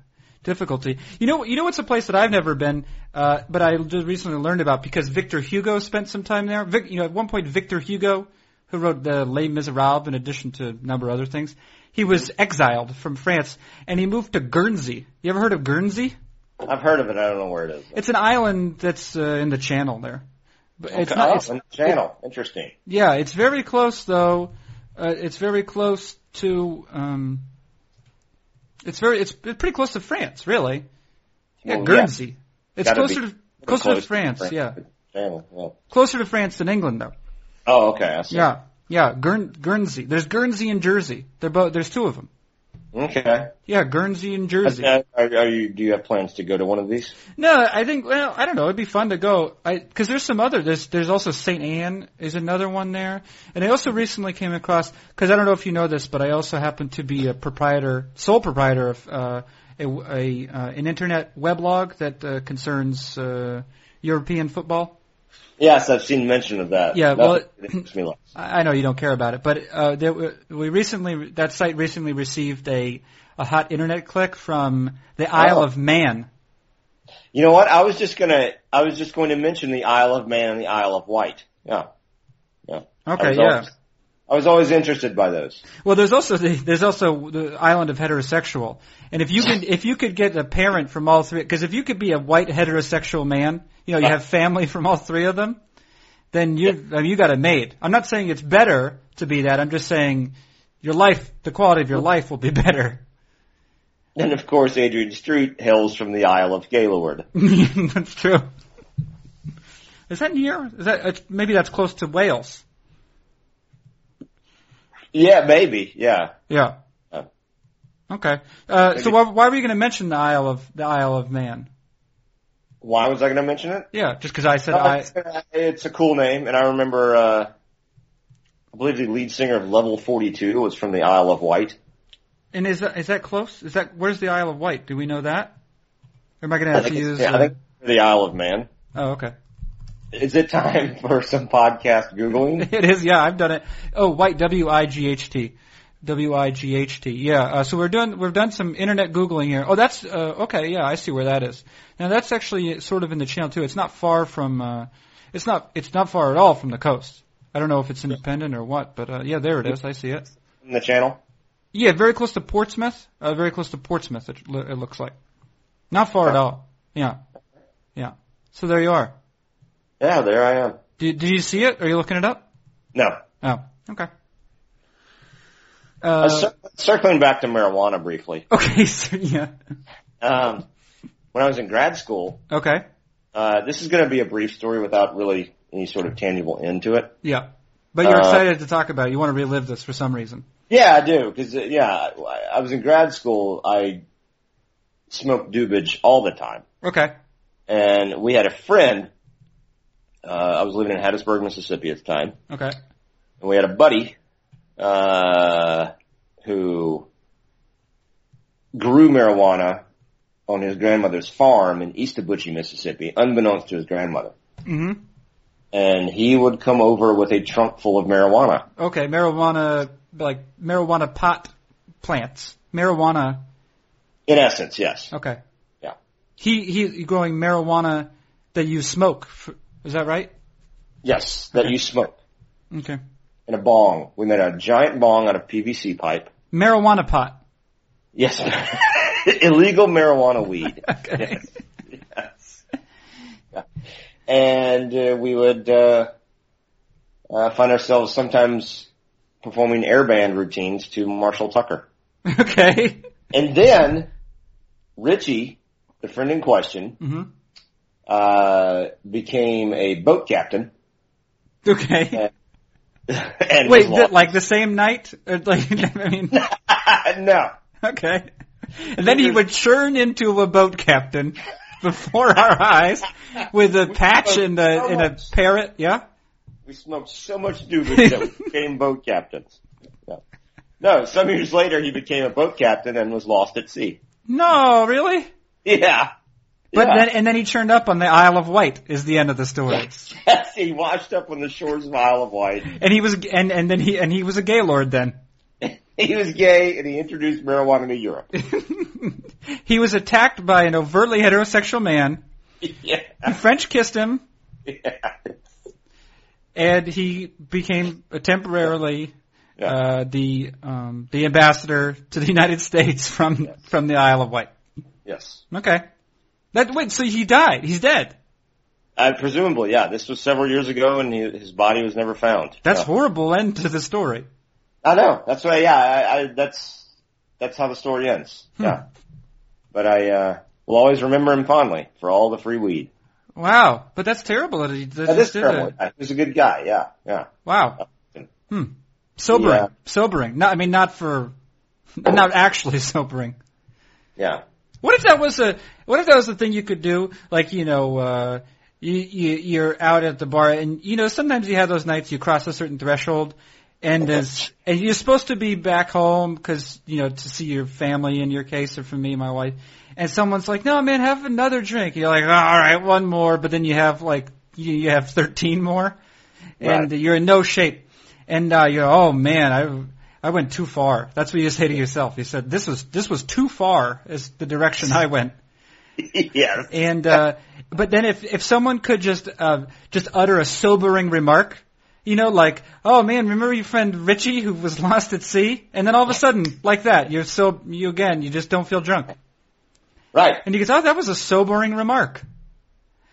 Speaker 1: difficulty. You know, you know what's a place that I've never been, uh, but I just recently learned about because Victor Hugo spent some time there. Vic, you know, at one point Victor Hugo, who wrote the Les Miserables in addition to a number of other things, he was exiled from France and he moved to Guernsey. You ever heard of Guernsey?
Speaker 2: I've heard of it. I don't know where it is.
Speaker 1: It's an island that's uh, in the Channel there. But it's
Speaker 2: Okay.
Speaker 1: not,
Speaker 2: Oh,
Speaker 1: it's,
Speaker 2: on the channel. Interesting.
Speaker 1: yeah, it's very close though. Uh, it's very close to. Um, it's very. It's pretty close to France, really. Yeah,
Speaker 2: Well, yeah.
Speaker 1: Guernsey. It's
Speaker 2: Gotta
Speaker 1: closer
Speaker 2: be
Speaker 1: to closer
Speaker 2: Close
Speaker 1: to France. Yeah,
Speaker 2: Family, yeah.
Speaker 1: closer to France than England, though.
Speaker 2: Oh, okay. I see.
Speaker 1: Yeah, yeah. Guern- Guernsey. There's Guernsey and Jersey. They're both. There's two of them.
Speaker 2: Okay.
Speaker 1: Yeah, Guernsey and Jersey.
Speaker 2: Uh, Are, are you? Do you have plans to go to one of these?
Speaker 1: No, I think. Well, I don't know. It'd be fun to go. I because there's some other. There's there's also Saint Anne is another one there, and I also recently came across because I don't know if you know this, but I also happen to be a proprietor, sole proprietor of uh, a, a uh, an internet weblog that uh, concerns uh, European football.
Speaker 2: Yes, I've seen mention of that.
Speaker 1: Yeah,
Speaker 2: Nothing
Speaker 1: well,
Speaker 2: interests me less.
Speaker 1: I I know you don't care about it, but uh, there, were- we recently that site recently received a a hot internet click from the Isle
Speaker 2: Oh.
Speaker 1: of Man.
Speaker 2: You know what? I was just gonna. I was just going to mention the Isle of Man and the Isle of Wight. Yeah. I
Speaker 1: Okay,
Speaker 2: was
Speaker 1: yeah.
Speaker 2: Always, I was always interested by those.
Speaker 1: Well, there's also the, there's also the island of heterosexual, and if you can if you could get a parent from all three, because if you could be a white heterosexual man, you know you have family from all three of them, then you I mean, you got it made. I'm not saying it's better to be that. I'm just saying your life, the quality of your life will be better.
Speaker 2: And of course, Adrian Street hails from the Isle of Gaylord.
Speaker 1: that's true. Is that near? Is that it's- maybe that's close to Wales?
Speaker 2: Yeah, maybe. Yeah.
Speaker 1: Yeah.
Speaker 2: Yeah.
Speaker 1: Okay. Uh, so
Speaker 2: Maybe.
Speaker 1: why, why were you going to mention the Isle of the Isle of Man?
Speaker 2: Why was I going to mention it?
Speaker 1: Yeah, just because I said
Speaker 2: No,
Speaker 1: I.
Speaker 2: it's, uh, it's a cool name, and I remember. Uh, I believe the lead singer of Level 42 was from the Isle of Wight.
Speaker 1: And is that is that close? Is that where's the Isle of Wight? Do we know that? Or am I going to
Speaker 2: I
Speaker 1: have
Speaker 2: think,
Speaker 1: to use?
Speaker 2: it's- yeah, I
Speaker 1: uh,
Speaker 2: think the Isle of Man.
Speaker 1: oh, okay.
Speaker 2: Is it time for some podcast googling?
Speaker 1: It is. Yeah, I've done it. Oh, White W I G H T. W I G H T. Yeah. Uh, so we're doing we've done some internet googling here. Oh, that's uh, okay. Yeah, I see where that is. Now that's actually sort of in the channel too. It's not far from. Uh, it's not. It's not far at all from the coast. I don't know if it's independent or what, but uh, yeah, there it is. I see it.
Speaker 2: In the channel?
Speaker 1: Yeah, very close to Portsmouth. Uh, very close to Portsmouth. It, lo- it looks like. Not far at all. Yeah. Yeah. So there you are.
Speaker 2: Yeah, there I am.
Speaker 1: Did, did you see it? Are you looking it up?
Speaker 2: No.
Speaker 1: Oh, okay.
Speaker 2: Uh, cir- circling back to marijuana briefly.
Speaker 1: Okay, so yeah.
Speaker 2: Um, when I was in grad school,
Speaker 1: Okay.
Speaker 2: uh, this is going to be a brief story without really any sort of tangible end to it.
Speaker 1: Yeah. But you're
Speaker 2: Uh,
Speaker 1: excited to talk about it. You want to relive this for some reason.
Speaker 2: Yeah, I do. Cause, uh, yeah, I, I was in grad school. I smoked doobage all the time.
Speaker 1: Okay.
Speaker 2: And we had a friend, uh, I was living in Hattiesburg, Mississippi at the time.
Speaker 1: Okay.
Speaker 2: and we had a buddy uh, who grew marijuana on his grandmother's farm in East Abuchi, Mississippi, unbeknownst to his grandmother.
Speaker 1: hmm
Speaker 2: And he would come over with a trunk full of marijuana.
Speaker 1: Okay, marijuana, like marijuana pot plants. Marijuana.
Speaker 2: In essence, yes.
Speaker 1: Okay.
Speaker 2: Yeah.
Speaker 1: He he's growing marijuana that you smoke. For, is that right?
Speaker 2: Yes, that
Speaker 1: Okay.
Speaker 2: you smoke
Speaker 1: Okay.
Speaker 2: in a bong. We made a giant bong out of PVC pipe.
Speaker 1: Marijuana pot.
Speaker 2: Yes. Illegal marijuana weed.
Speaker 1: Okay.
Speaker 2: Yes. yes. Yeah. And uh, we would uh, uh, find ourselves sometimes performing air band routines to Marshall Tucker.
Speaker 1: okay.
Speaker 2: And then Richie, the friend in question,
Speaker 1: hmm
Speaker 2: uh, became a boat captain.
Speaker 1: Okay.
Speaker 2: Yeah. and
Speaker 1: Wait,
Speaker 2: was
Speaker 1: th-
Speaker 2: lost.
Speaker 1: like the same night? Or like, I mean,
Speaker 2: no.
Speaker 1: okay. And then he would churn into a boat captain before our eyes with a patch
Speaker 2: Oh,
Speaker 1: and a, and a parrot. Yeah.
Speaker 2: We smoked so much doobie that we became boat captains. Yeah. No, some years later he became a boat captain and was lost at sea.
Speaker 1: No, really.
Speaker 2: Yeah.
Speaker 1: But
Speaker 2: Yeah.
Speaker 1: then, and then he churned up on the Isle of Wight. Is the end of the story.
Speaker 2: Yes, he washed up on the shores of Isle of Wight.
Speaker 1: And he was, and and then he and he was a Gaylord then.
Speaker 2: He was gay and he introduced marijuana to Europe.
Speaker 1: he was attacked by an overtly heterosexual man.
Speaker 2: yeah.
Speaker 1: The French kissed him,
Speaker 2: yeah.
Speaker 1: and he became uh, temporarily
Speaker 2: Yeah.
Speaker 1: uh, the um, the ambassador to the United States from from the Isle of Wight.
Speaker 2: Yes.
Speaker 1: Okay. That wait, so he died. He's dead.
Speaker 2: Uh, presumably, yeah. This was several years ago and he, his body was never found.
Speaker 1: That's
Speaker 2: Yeah.
Speaker 1: horrible end to the story.
Speaker 2: I know. That's why, yeah, I, I, that's, that's how the story ends.
Speaker 1: Hmm.
Speaker 2: Yeah. But I, uh, We'll always remember him fondly for all the free weed.
Speaker 1: Wow, but that's terrible. That he that
Speaker 2: That is
Speaker 1: just did
Speaker 2: terrible.
Speaker 1: that.
Speaker 2: Yeah, He's a good guy. Yeah, yeah.
Speaker 1: Wow. Hmm. Sobering.
Speaker 2: Yeah.
Speaker 1: Sobering. Not. I mean, not for. Not actually sobering.
Speaker 2: Yeah.
Speaker 1: What if that was a what if that was the thing you could do? Like you know, uh, you, you you're out at the bar, and you know sometimes you have those nights you cross a certain threshold, and as and you're supposed to be back home because you know to see your family in your case, or for me, my wife, and someone's like, no man, have another drink. You're like, all right, one more, but then you have like you, you have thirteen more, and you're in no shape, and uh, you're oh man, I I went too far. That's what you say to yourself. You said this was this was too far is the direction I went.
Speaker 2: yeah.
Speaker 1: And uh but then if if someone could just uh just utter a sobering remark, you know, like, "Oh man, remember your friend Richie who was lost at sea?" And then all of a sudden, like that, you're so you again, you just don't feel drunk.
Speaker 2: Right.
Speaker 1: And you go, "Oh, that was a sobering remark."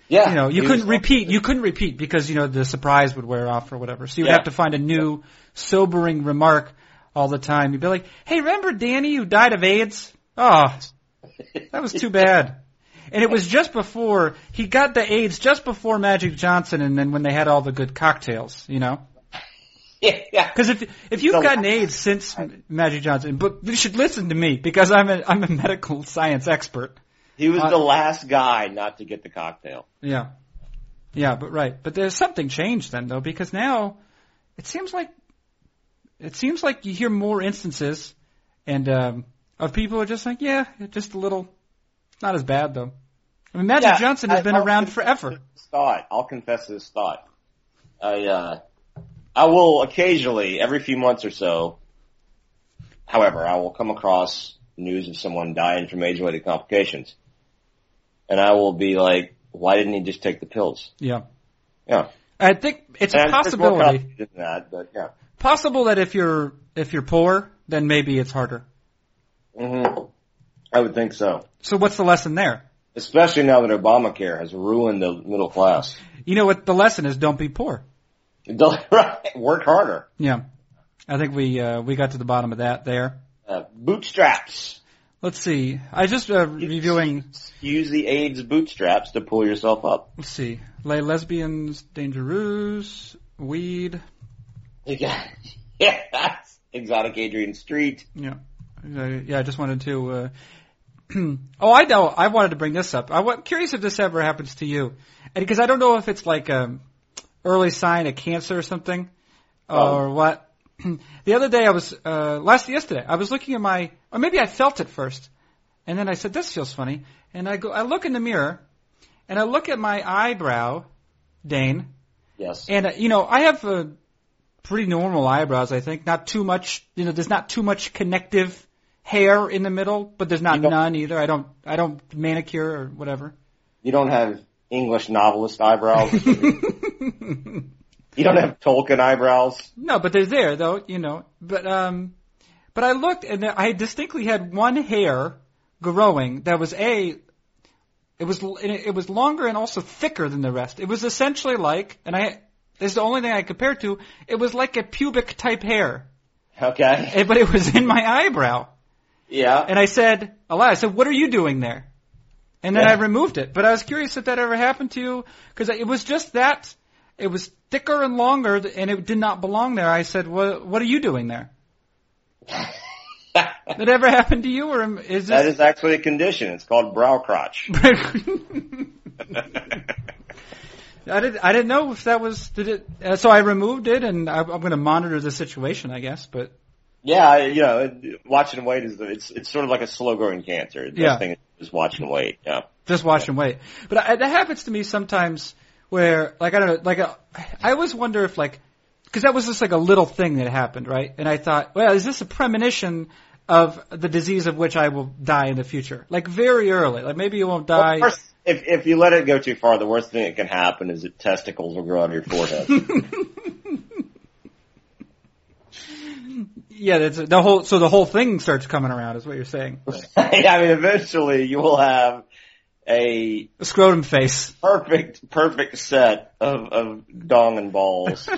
Speaker 2: Yeah.
Speaker 1: You know, you
Speaker 2: He
Speaker 1: couldn't
Speaker 2: was-
Speaker 1: repeat. You couldn't repeat because you know the surprise would wear off or whatever. So you would
Speaker 2: Yeah.
Speaker 1: have to find a new sobering remark all the time. You'd be like, "Hey, remember Danny who died of AIDS? Oh, that was too bad." And it was just before he got the AIDS, just before Magic Johnson, and then when they had all the good cocktails, you know.
Speaker 2: Yeah. yeah.
Speaker 1: Because if if you've
Speaker 2: So-
Speaker 1: gotten AIDS since M- Magic Johnson, but you should listen to me because I'm a I'm a medical science expert.
Speaker 2: He was
Speaker 1: Uh,
Speaker 2: the last guy not to get the cocktail.
Speaker 1: Yeah. Yeah, but right. But there's something changed then though, because now it seems like it seems like you hear more instances and um of people are just like, Yeah, just a little not as bad though. I mean Magic
Speaker 2: Yeah,
Speaker 1: Johnson has
Speaker 2: I-
Speaker 1: been
Speaker 2: I'll
Speaker 1: around
Speaker 2: confess
Speaker 1: forever.
Speaker 2: This thought. I'll confess this thought. I uh, I will occasionally, every few months or so. However, I will come across news of someone dying from age-related complications, and I will be like, "Why didn't he just take the pills?"
Speaker 1: Yeah.
Speaker 2: Yeah.
Speaker 1: I think it's a
Speaker 2: And there's more
Speaker 1: possibility.
Speaker 2: complicated than that, but yeah.
Speaker 1: Possible that if you're if you're poor, then maybe it's harder.
Speaker 2: hmm I would think so,
Speaker 1: So what's the lesson there?
Speaker 2: especially now that Obamacare has ruined the middle class.
Speaker 1: You know what the lesson is don't be poor.
Speaker 2: Don't- right, Work harder.
Speaker 1: Yeah. I think we uh we got to the bottom of that there.
Speaker 2: Uh, bootstraps.
Speaker 1: Let's see. I just uh, reviewing
Speaker 2: Use the AIDS bootstraps to pull yourself up.
Speaker 1: Let's see. Lay lesbians, dangerous, weed.
Speaker 2: yeah, that's exotic Adrian Street.
Speaker 1: Yeah. Uh, yeah, I just wanted to. Uh, oh, I know. I wanted to bring this up. I am curious if this ever happens to you, and because I don't know if it's like um early sign of cancer or something,
Speaker 2: Oh.
Speaker 1: or what. the other day I was uh, last yesterday I was looking at my, or maybe I felt it first, and then I said this feels funny, and I go I look in the mirror, and I look at my eyebrow, Dane,
Speaker 2: Yes.
Speaker 1: And uh, you know, I have uh, pretty normal eyebrows. I think not too much. You know, there's not too much connective hair in the middle, but there's not
Speaker 2: You don't-
Speaker 1: none either. I don't. I don't manicure or whatever.
Speaker 2: you don't have English novelist eyebrows. you don't have Tolkien eyebrows.
Speaker 1: no, but they're there though. You know, but um, but I looked and there- I distinctly had one hair growing that was a. It was l- and it it was longer and also thicker than the rest. It was essentially like, and I this is the only thing I compare it to. It was like a pubic type hair,
Speaker 2: Okay.
Speaker 1: Eh, but it was in my eyebrow.
Speaker 2: Yeah.
Speaker 1: And I said, Allah, I said, what are you doing there? And then
Speaker 2: Yeah.
Speaker 1: I removed it. But I was curious if that ever happened to you, because it was just that. It was thicker and longer, th- and it did not belong there. I said, what, what are you doing there? That ever happened to you, or am- is
Speaker 2: that
Speaker 1: this?
Speaker 2: is actually a condition. It's called brow crotch.
Speaker 1: I didn't. I didn't know if that was. Did it? Uh, so I removed it, and I, I'm going to monitor the situation, I guess. But
Speaker 2: Yeah, I- you know, it- watch and wait is the, it's it's sort of like a slow growing cancer. The
Speaker 1: Yeah.
Speaker 2: best thing is watch and wait. Yeah.
Speaker 1: Just watch and wait. But I, that happens to me sometimes where, like, I don't know, like, uh, I always wonder if, like, because that was just like a little thing that happened, right? And I thought, well, is this a premonition of the disease of which I will die in the future? Like, very early. Like, maybe you won't
Speaker 2: Well,
Speaker 1: die.
Speaker 2: first, if if you let it go too far, the worst thing that can happen is that testicles will grow out of your forehead.
Speaker 1: yeah, that's the whole, so the whole thing starts coming around, is what you're saying.
Speaker 2: I mean, eventually you will have a
Speaker 1: A scrotum face.
Speaker 2: perfect, perfect set of, of dong and balls,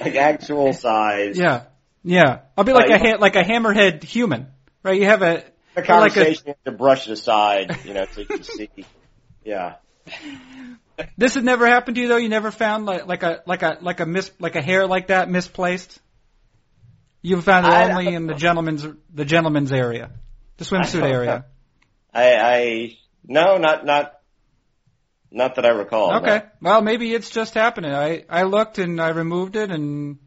Speaker 2: like actual size.
Speaker 1: Yeah, yeah. I'll be like
Speaker 2: Uh,
Speaker 1: a ha- like a hammerhead human, right? You have a
Speaker 2: a conversation you have to brush it aside, you know, so you can see. Yeah.
Speaker 1: This has never happened to you though. You never found like like a like a like a mis like a hair like that misplaced. You found it
Speaker 2: I-
Speaker 1: only in the gentleman's the gentleman's area, the swimsuit
Speaker 2: don't
Speaker 1: area.
Speaker 2: I, I no, not not not that I recall. no.
Speaker 1: Okay. Well, maybe it's just happening. I I looked and I removed it and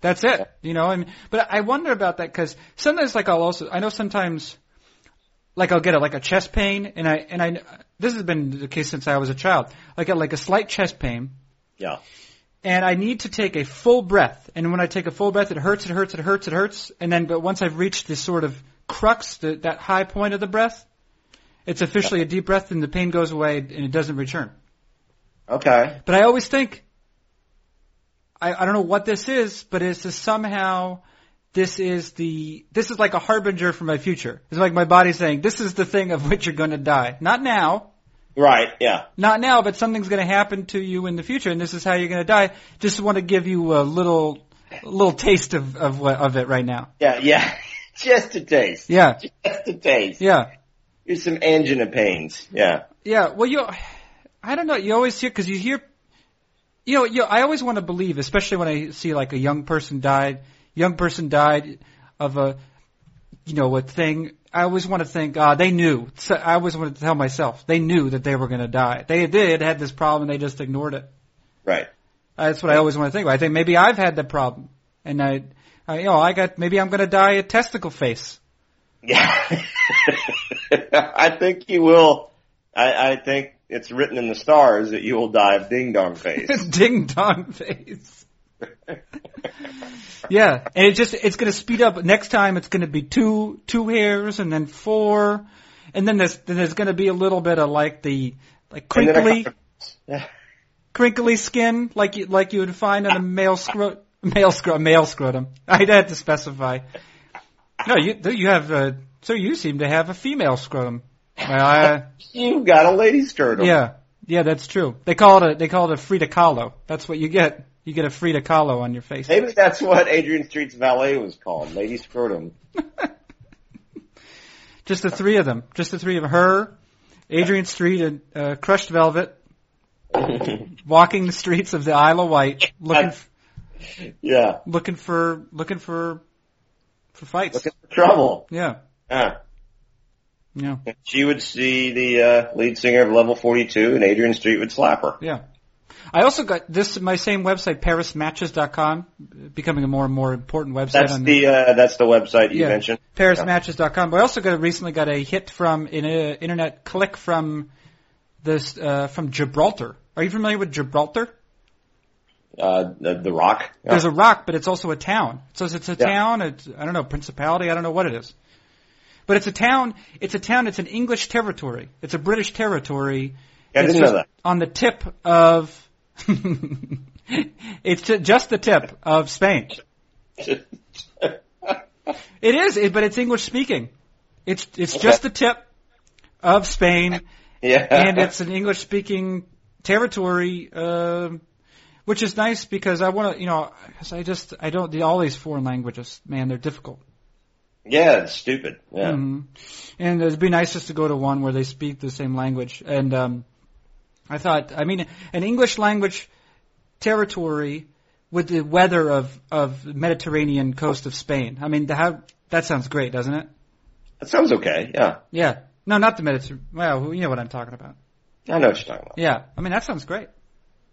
Speaker 1: that's it. You know, and but I wonder about that because sometimes like I'll also I know sometimes like I'll get a, like a chest pain and I and I this has been the case since I was a child. I get like a slight chest pain.
Speaker 2: Yeah.
Speaker 1: And I need to take a full breath. And when I take a full breath, it hurts, it hurts, it hurts, it hurts. And then, but once I've reached this sort of crux, the, that high point of the breath, it's officially a deep breath and the pain goes away and it doesn't return.
Speaker 2: Okay.
Speaker 1: But I always think, I, I don't know what this is, but it's just somehow, this is the, this is like a harbinger for my future. It's like my body saying, this is the thing of which you're going to die. Not now,
Speaker 2: Right. Yeah.
Speaker 1: not now, but something's going to happen to you in the future, and this is how you're going to die. Just want to give you a little, a little taste of of what of it right now.
Speaker 2: Yeah. Yeah. Just a taste.
Speaker 1: Yeah,
Speaker 2: Just a taste.
Speaker 1: yeah,
Speaker 2: Here's some angina pains. Yeah.
Speaker 1: yeah. Well, you, I don't know. You always hear because you hear, you know, you. I always want to believe, especially when I see like a young person died, young person died of a, you know, a thing. I always want to think, ah, they knew. So I always want to tell myself they knew that they were going to die. They did had this problem, and they just ignored it.
Speaker 2: Right.
Speaker 1: That's what I always want to think about. I think maybe I've had the problem, and I, I you know, I got maybe I'm going to die a testicle face.
Speaker 2: Yeah. I think you will. I, I think it's written in the stars that you will die of ding dong face.
Speaker 1: Ding dong face. Yeah, and it just it's going to speed up. Next time it's going to be two two hairs, and then four, and then there's then there's going to be a little bit of like the like
Speaker 2: And then a
Speaker 1: crinkly
Speaker 2: couple-
Speaker 1: crinkly skin, like you like you would find on a male scro male scro male scrotum. I'd have to specify. No, you you have uh, so you seem to have a female scrotum. Well, I,
Speaker 2: you got a lady's girdle.
Speaker 1: yeah, yeah, that's true. They call it a they call it a Frida Kahlo. That's what you get. You get a Frida Kahlo on your face.
Speaker 2: Maybe that's what Adrian Street's valet was called, Lady Scrotum.
Speaker 1: Just the three of them. Just the three of her, Adrian Street, and uh, Crushed Velvet walking the streets of the Isle of Wight, looking f-
Speaker 2: yeah,
Speaker 1: looking for looking for for fights.
Speaker 2: look at the trouble.
Speaker 1: Yeah,
Speaker 2: Yeah.
Speaker 1: yeah,
Speaker 2: She would see the uh, lead singer of Level 42, and Adrian Street would slap her.
Speaker 1: yeah. I also got this my same website parismatches.com becoming a more and more important website
Speaker 2: That's
Speaker 1: on
Speaker 2: the uh, that's the website you
Speaker 1: Yeah.
Speaker 2: mentioned.
Speaker 1: ParisMatches.com. But I also got recently got a hit from an uh, internet click from this uh, from Gibraltar. Are you familiar with Gibraltar?
Speaker 2: Uh, the, the Rock. Yeah.
Speaker 1: There's a rock, but it's also a town. So it's, it's a
Speaker 2: Yeah.
Speaker 1: town. It's, I don't know principality. I don't know what it is, but it's a town. It's a town. It's an English territory. It's a British territory.
Speaker 2: Yeah, I
Speaker 1: it's
Speaker 2: didn't
Speaker 1: just
Speaker 2: know that.
Speaker 1: on the tip of. it's ju- just the tip of Spain. It is, it, but it's English speaking. It's it's just the tip of Spain,
Speaker 2: yeah,
Speaker 1: and it's an English speaking territory, um which is nice because I want to, you know, 'cause I just I don't all these foreign languages, man, they're difficult.
Speaker 2: yeah, it's stupid. Yeah,
Speaker 1: Mhm. And it'd be nice just to go to one where they speak the same language. And um, I thought, I mean, an English language territory with the weather of of Mediterranean coast of Spain. I mean, the, how that sounds great, doesn't it?
Speaker 2: that sounds okay. Yeah,
Speaker 1: Yeah. No, not the Mediterranean. Well, you know what I'm talking about.
Speaker 2: I know what you're talking about.
Speaker 1: Yeah. I mean, that sounds great.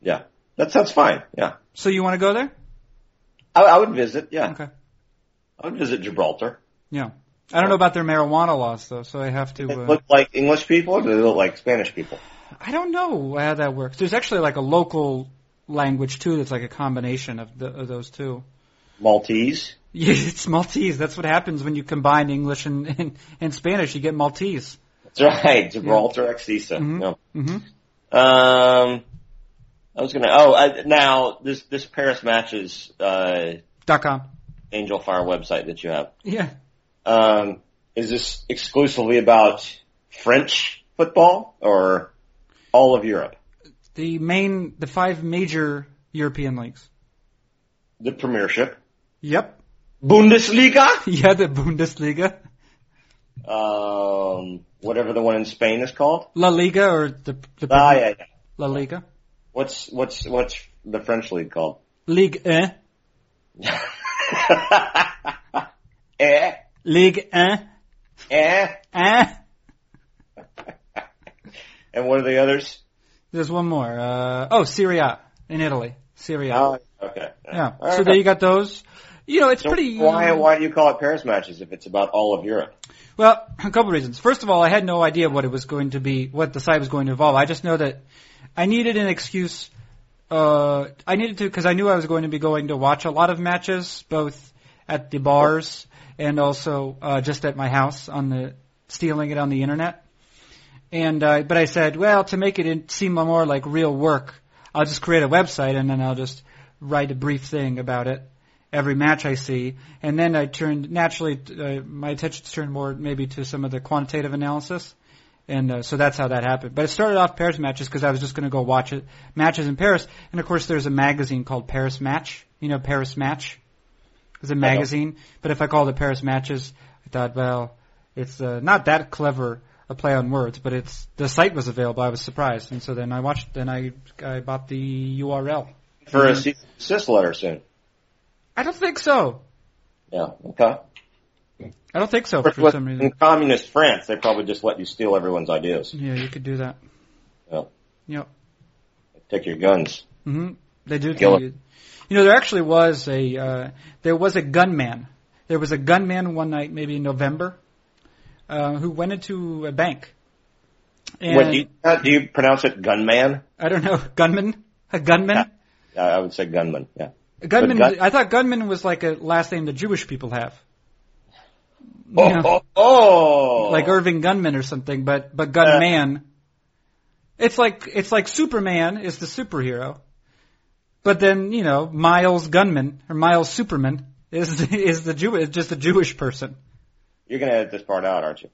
Speaker 2: Yeah, that sounds fine. Yeah,
Speaker 1: So you want to go there?
Speaker 2: I, I would visit. Yeah,
Speaker 1: Okay.
Speaker 2: I would visit Gibraltar.
Speaker 1: Yeah. I don't know about their marijuana laws though, so I have to.
Speaker 2: Do they
Speaker 1: Uh,
Speaker 2: look like English people, or do they look like Spanish people?
Speaker 1: I don't know how that works. There's actually like a local language too that's like a combination of, the, of those two.
Speaker 2: Maltese.
Speaker 1: Yeah, it's Maltese. That's what happens when you combine English and, and, and Spanish. You get Maltese.
Speaker 2: That's right, Gibraltar ex Issa.
Speaker 1: Mhm.
Speaker 2: No.
Speaker 1: hmm
Speaker 2: Um, I was gonna. Oh, I, now this this Paris matches uh,
Speaker 1: Dot com.
Speaker 2: Angel Fire website that you have.
Speaker 1: Yeah.
Speaker 2: Um, is this exclusively about French football or all of Europe?
Speaker 1: The main, the five major European leagues.
Speaker 2: The Premiership,
Speaker 1: Yep.
Speaker 2: Bundesliga,
Speaker 1: Yeah, the Bundesliga.
Speaker 2: um, whatever the one in Spain is called.
Speaker 1: La Liga or the, the
Speaker 2: Ah, yeah, yeah.
Speaker 1: La Liga?
Speaker 2: What's what's what's the French league called?
Speaker 1: Ligue 1.
Speaker 2: eh,
Speaker 1: Ligue 1.
Speaker 2: eh.
Speaker 1: Eh?
Speaker 2: And what are the others?
Speaker 1: There's one more. Uh, oh, Serie A in Italy. Serie A.
Speaker 2: Oh, okay.
Speaker 1: yeah.
Speaker 2: All
Speaker 1: So
Speaker 2: right.
Speaker 1: there you got those. You know, it's
Speaker 2: So
Speaker 1: pretty.
Speaker 2: why
Speaker 1: um,
Speaker 2: why do you call it Paris matches if it's about all of Europe?
Speaker 1: Well, a couple reasons. First of all, I had no idea what it was going to be, what the site was going to involve. I just know that I needed an excuse. Uh, I needed to because I knew I was going to be going to watch a lot of matches, both at the bars and also uh, just at my house on the stealing it on the internet. And uh, but I said, well, to make it in, seem more like real work, I'll just create a website and then I'll just write a brief thing about it every match I see. And then I turned naturally uh, my attention's turned more maybe to some of the quantitative analysis, and uh, so that's how that happened. But it started off Paris matches because I was just going to go watch it matches in Paris, and of course there's a magazine called Paris Match. You know Paris Match, it's a magazine. But if I called it Paris Matches, I thought, well, it's uh, not that clever a play on words, but it's the site was available. I was surprised, and so then I watched. Then I I bought the URL.
Speaker 2: For a
Speaker 1: Mhm.
Speaker 2: cease and desist letter soon.
Speaker 1: I don't think so.
Speaker 2: Yeah. Okay.
Speaker 1: I don't think so
Speaker 2: Of
Speaker 1: for
Speaker 2: course,
Speaker 1: some reason.
Speaker 2: in communist France, they probably just let you steal everyone's ideas.
Speaker 1: Yeah, you could do that.
Speaker 2: Take your guns.
Speaker 1: hmm They do
Speaker 2: Kill
Speaker 1: tell you. You know, there actually was a uh, there was a gunman. There was a gunman one night, maybe in November, uh, who went into a bank. And
Speaker 2: What, do, you, uh, do you pronounce it gunman?
Speaker 1: I don't know, gunman, a gunman,
Speaker 2: Yeah. Uh, I would say gunman. Yeah.
Speaker 1: a gunman.
Speaker 2: gun-
Speaker 1: I thought gunman was like a last name the Jewish people have. You
Speaker 2: Oh,
Speaker 1: know,
Speaker 2: oh, oh.
Speaker 1: like Irving Gunman or something, but but gunman. it's like it's like Superman is the superhero, but then you know Miles Gunman or Miles Superman is the, is the Jew is just a Jewish person.
Speaker 2: You're gonna edit this part out, aren't you?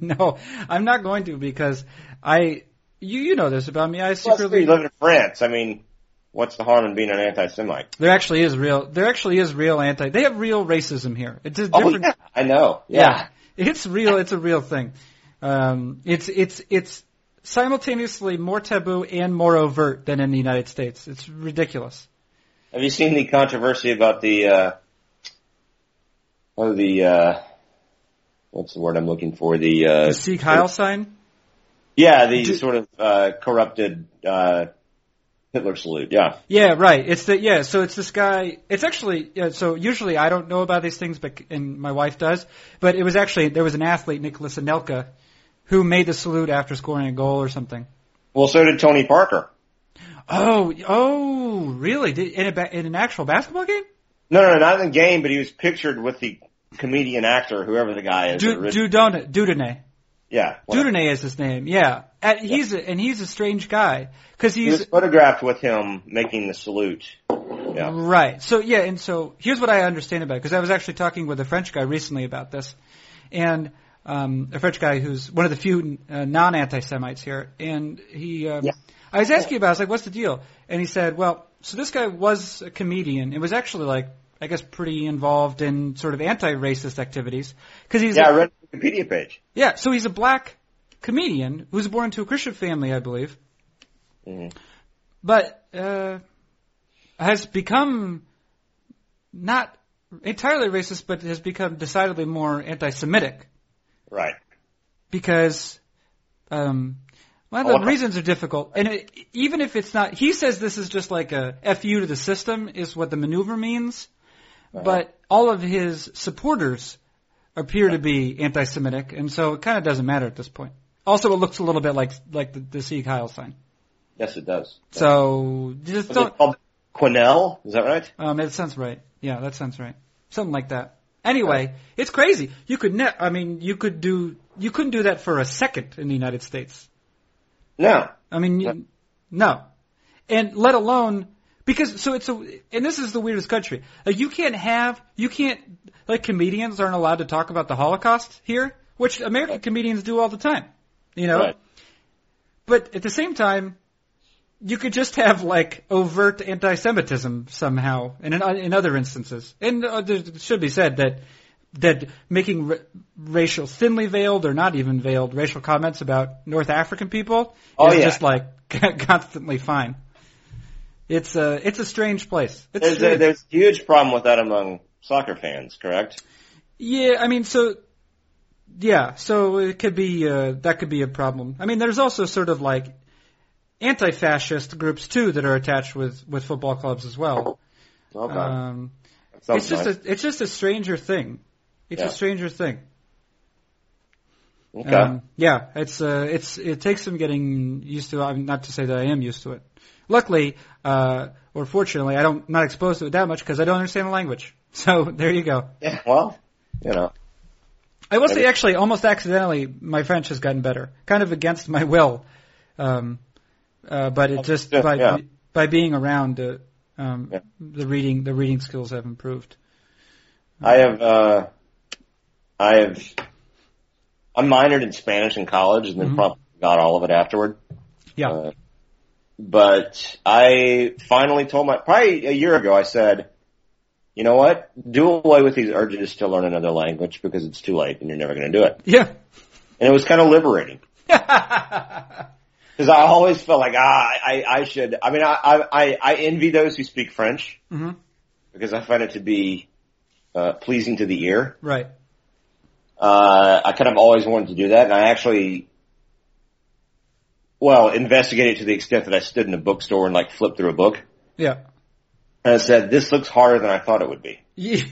Speaker 1: no, I'm not going to because I you you know this about me. I
Speaker 2: Plus, you
Speaker 1: secretly
Speaker 2: live in France. I mean, what's the harm in being an anti-Semite?
Speaker 1: there actually is real there actually is real anti they have real racism here. It's just
Speaker 2: Oh,
Speaker 1: different.
Speaker 2: yeah, I know. Yeah.
Speaker 1: Yeah. It's real. It's a real thing. Um, it's it's it's simultaneously more taboo and more overt than in the United States. It's ridiculous.
Speaker 2: Have you seen the controversy about the, uh, oh, the, uh, what's the word I'm looking for? The, uh,
Speaker 1: The Sieg Heil sign.
Speaker 2: yeah, the
Speaker 1: Do-
Speaker 2: sort of, uh, corrupted, uh, Hitler salute. Yeah.
Speaker 1: Yeah, right. It's the yeah. So it's this guy. It's actually yeah, so. Usually I don't know about these things, but and my wife does. But it was actually there was an athlete Nicholas Anelka who made the salute after scoring a goal or something.
Speaker 2: Well, so did Tony Parker.
Speaker 1: Oh, oh, really? Did, in a ba- in an actual basketball game?
Speaker 2: No, no, not in the game, but he was pictured with the comedian actor, whoever the guy is. that
Speaker 1: Du-
Speaker 2: orig-
Speaker 1: Dudone, Dudonay.
Speaker 2: yeah. whatever.
Speaker 1: Dudonay is his name. Yeah, and he's a, and he's a strange guy because
Speaker 2: He
Speaker 1: he's
Speaker 2: was photographed with him making the salute. Yeah.
Speaker 1: right. So yeah, and so here's what I understand about it because I was actually talking with a French guy recently about this, and um, a French guy who's one of the few uh, non-anti-Semites here, and he. Um,
Speaker 2: Yeah.
Speaker 1: I was asking about. it, I was like, "What's the deal?" And he said, "Well, so this guy was a comedian. It was actually like." I guess pretty involved in sort of anti-racist activities because he's
Speaker 2: Yeah, I read the Wikipedia page.
Speaker 1: Yeah, so he's a black comedian who was born into a Christian family, I believe.
Speaker 2: Mhm.
Speaker 1: But uh, has become not entirely racist, but has become decidedly more anti-Semitic
Speaker 2: Right.
Speaker 1: because, um, well,
Speaker 2: Oh,
Speaker 1: the
Speaker 2: what the-
Speaker 1: reasons are difficult. And it, even if it's not, he says this is just like a fu to the system is what the maneuver means. But all of his supporters appear to be anti-Semitic, and so it kind of doesn't matter at this point. Also, it looks a little bit like like the, the Sieg Heil sign.
Speaker 2: Yes, it does.
Speaker 1: So just
Speaker 2: Was
Speaker 1: don't.
Speaker 2: it called Quinnell? Is that right?
Speaker 1: Um, that sounds right. Yeah, that sounds right. Something like that. Anyway, it's crazy. You could ne- I mean, you could do. You couldn't do that for a second in the United States.
Speaker 2: No.
Speaker 1: I mean,
Speaker 2: Yeah.
Speaker 1: you, no, and let alone because so it's a and this is the weirdest country. Like you can't have you can't like comedians aren't allowed to talk about the Holocaust here, which American comedians do all the time, you know.
Speaker 2: Right.
Speaker 1: But at the same time, you could just have like overt anti-Semitism somehow, and in, in other instances, and uh, there should be said that that making r- racial thinly veiled or not even veiled racial comments about North African people
Speaker 2: Oh,
Speaker 1: is
Speaker 2: yeah.
Speaker 1: just like constantly fine. It's a it's a strange place. It's
Speaker 2: There's a,
Speaker 1: strange.
Speaker 2: there's a huge problem with that among soccer fans, correct?
Speaker 1: Yeah, I mean, so yeah, so it could be uh, that could be a problem. I mean, there's also sort of like anti-fascist groups too that are attached with with football clubs as well.
Speaker 2: Oh, God.
Speaker 1: Um,
Speaker 2: Sounds
Speaker 1: it's just
Speaker 2: nice.
Speaker 1: a it's just a stranger thing. It's
Speaker 2: Yeah.
Speaker 1: a stranger thing.
Speaker 2: okay.
Speaker 1: Um, yeah, it's uh, it's it takes some getting used to. I'm not to say that I am used to it. Luckily, uh, or fortunately, I don't not exposed to it that much because I don't understand the language. So there you go.
Speaker 2: yeah. Well, you know.
Speaker 1: I will say,
Speaker 2: Maybe.
Speaker 1: actually, almost accidentally, my French has gotten better, kind of against my will. Um, uh, but it just
Speaker 2: Yeah,
Speaker 1: by
Speaker 2: yeah.
Speaker 1: by being around, uh, um,
Speaker 2: Yeah.
Speaker 1: the reading the reading skills have improved.
Speaker 2: I have, uh, I have, I minored in Spanish in college and then
Speaker 1: Mhm.
Speaker 2: probably got all of it afterward.
Speaker 1: Yeah.
Speaker 2: Uh, but I finally told my, probably a year ago, I said, you know what? Do away with these urges to learn another language because it's too late and you're never going to do it.
Speaker 1: Yeah.
Speaker 2: And it was kind of liberating. Because I always felt like ah, I, I should. I mean, I, I, I envy those who speak French
Speaker 1: hmm
Speaker 2: because I find it to be uh, pleasing to the ear.
Speaker 1: Right.
Speaker 2: Uh, I kind of always wanted to do that, and I actually, well, investigated to the extent that I stood in a bookstore and like flipped through a book,
Speaker 1: Yeah.
Speaker 2: and I said, "This looks harder than I thought it would be.
Speaker 1: yeah.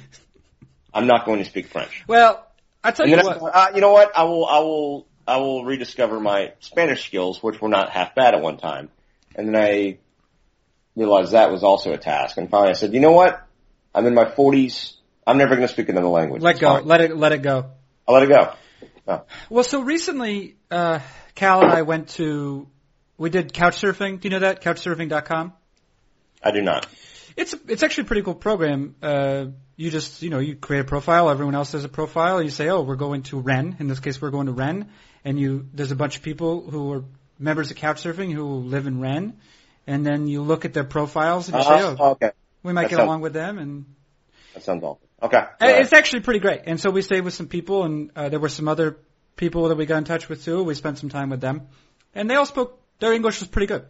Speaker 2: I'm not going to speak French."
Speaker 1: Well, I tell
Speaker 2: And
Speaker 1: you
Speaker 2: then I
Speaker 1: what.
Speaker 2: thought, uh, you know what? I will, I will, I will rediscover my Spanish skills, which were not half bad at one time. And then I realized that was also a task. And finally, I said, you know what? I'm in my 40s. I'm never going to speak another language.
Speaker 1: Let
Speaker 2: It's
Speaker 1: go.
Speaker 2: fine.
Speaker 1: Let it. Let it go.
Speaker 2: I let it go.
Speaker 1: Well, so recently, uh, Cal and I went to we did couch surfing. Do you know that couchsurfing.com?
Speaker 2: I do not.
Speaker 1: It's it's actually a pretty cool program. Uh, you just you know you create a profile. Everyone else has a profile. You say, oh, we're going to Ren. In this case, we're going to Ren, and you there's a bunch of people who are members of Couchsurfing who live in Ren, and then you look at their profiles and you
Speaker 2: Uh,
Speaker 1: say, oh,
Speaker 2: okay.
Speaker 1: we might
Speaker 2: that
Speaker 1: get
Speaker 2: sounds-
Speaker 1: along with them, and
Speaker 2: That sounds awful. Okay.
Speaker 1: uh,
Speaker 2: All right.
Speaker 1: it's actually pretty great. And so we stayed with some people, and uh, there were some other people that we got in touch with too. We spent some time with them, and they all spoke. Their English was pretty good.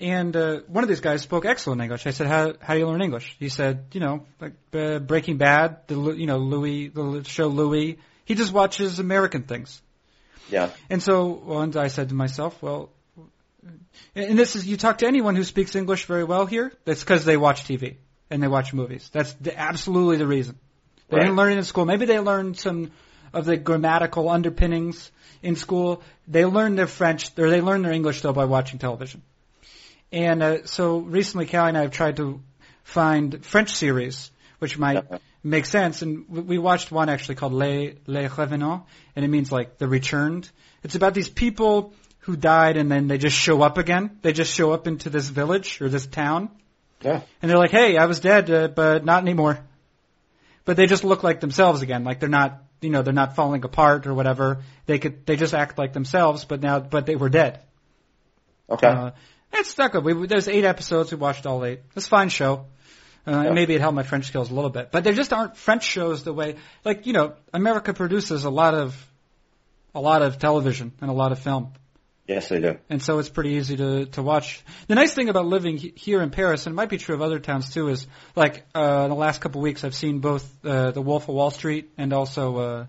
Speaker 1: And uh, one of these guys spoke excellent English. I said, "How how do you learn English?" He said, "You know, like uh, Breaking Bad, the Lu- you know Louis, the Lu- show Louis. He just watches American things."
Speaker 2: Yeah.
Speaker 1: And so once I said to myself, "Well," and and this is you talk to anyone who speaks English very well here. That's because they watch TV and they watch movies. That's the, absolutely the reason. They
Speaker 2: Right.
Speaker 1: didn't learn it in school. Maybe they learned some of the grammatical underpinnings in school. They learned their French, or they learned their English though by watching television. And uh, so recently, Callie and I have tried to find French series, which might
Speaker 2: Uh-huh.
Speaker 1: make sense. And w- we watched one actually called Les Les Revenants, and it means like the returned. It's about these people who died and then they just show up again. They just show up into this village or this town.
Speaker 2: Yeah.
Speaker 1: And they're like, "Hey, I was dead, uh, but not anymore." But they just look like themselves again. Like they're not, you know, they're not falling apart or whatever. They could, they just act like themselves, but now, but they were dead.
Speaker 2: Okay.
Speaker 1: Uh, it's not good. We, there's eight episodes. We watched all eight. It's a fine show. Uh, and
Speaker 2: Yeah.
Speaker 1: Maybe it helped my French skills a little bit, but there just aren't French shows the way, like you know, America produces a lot of, a lot of television and a lot of film,
Speaker 2: yes, they do.
Speaker 1: and so it's pretty easy to to watch. The nice thing about living he- here in Paris, and it might be true of other towns too, is like uh, in the last couple weeks I've seen both uh, The Wolf of Wall Street and also uh,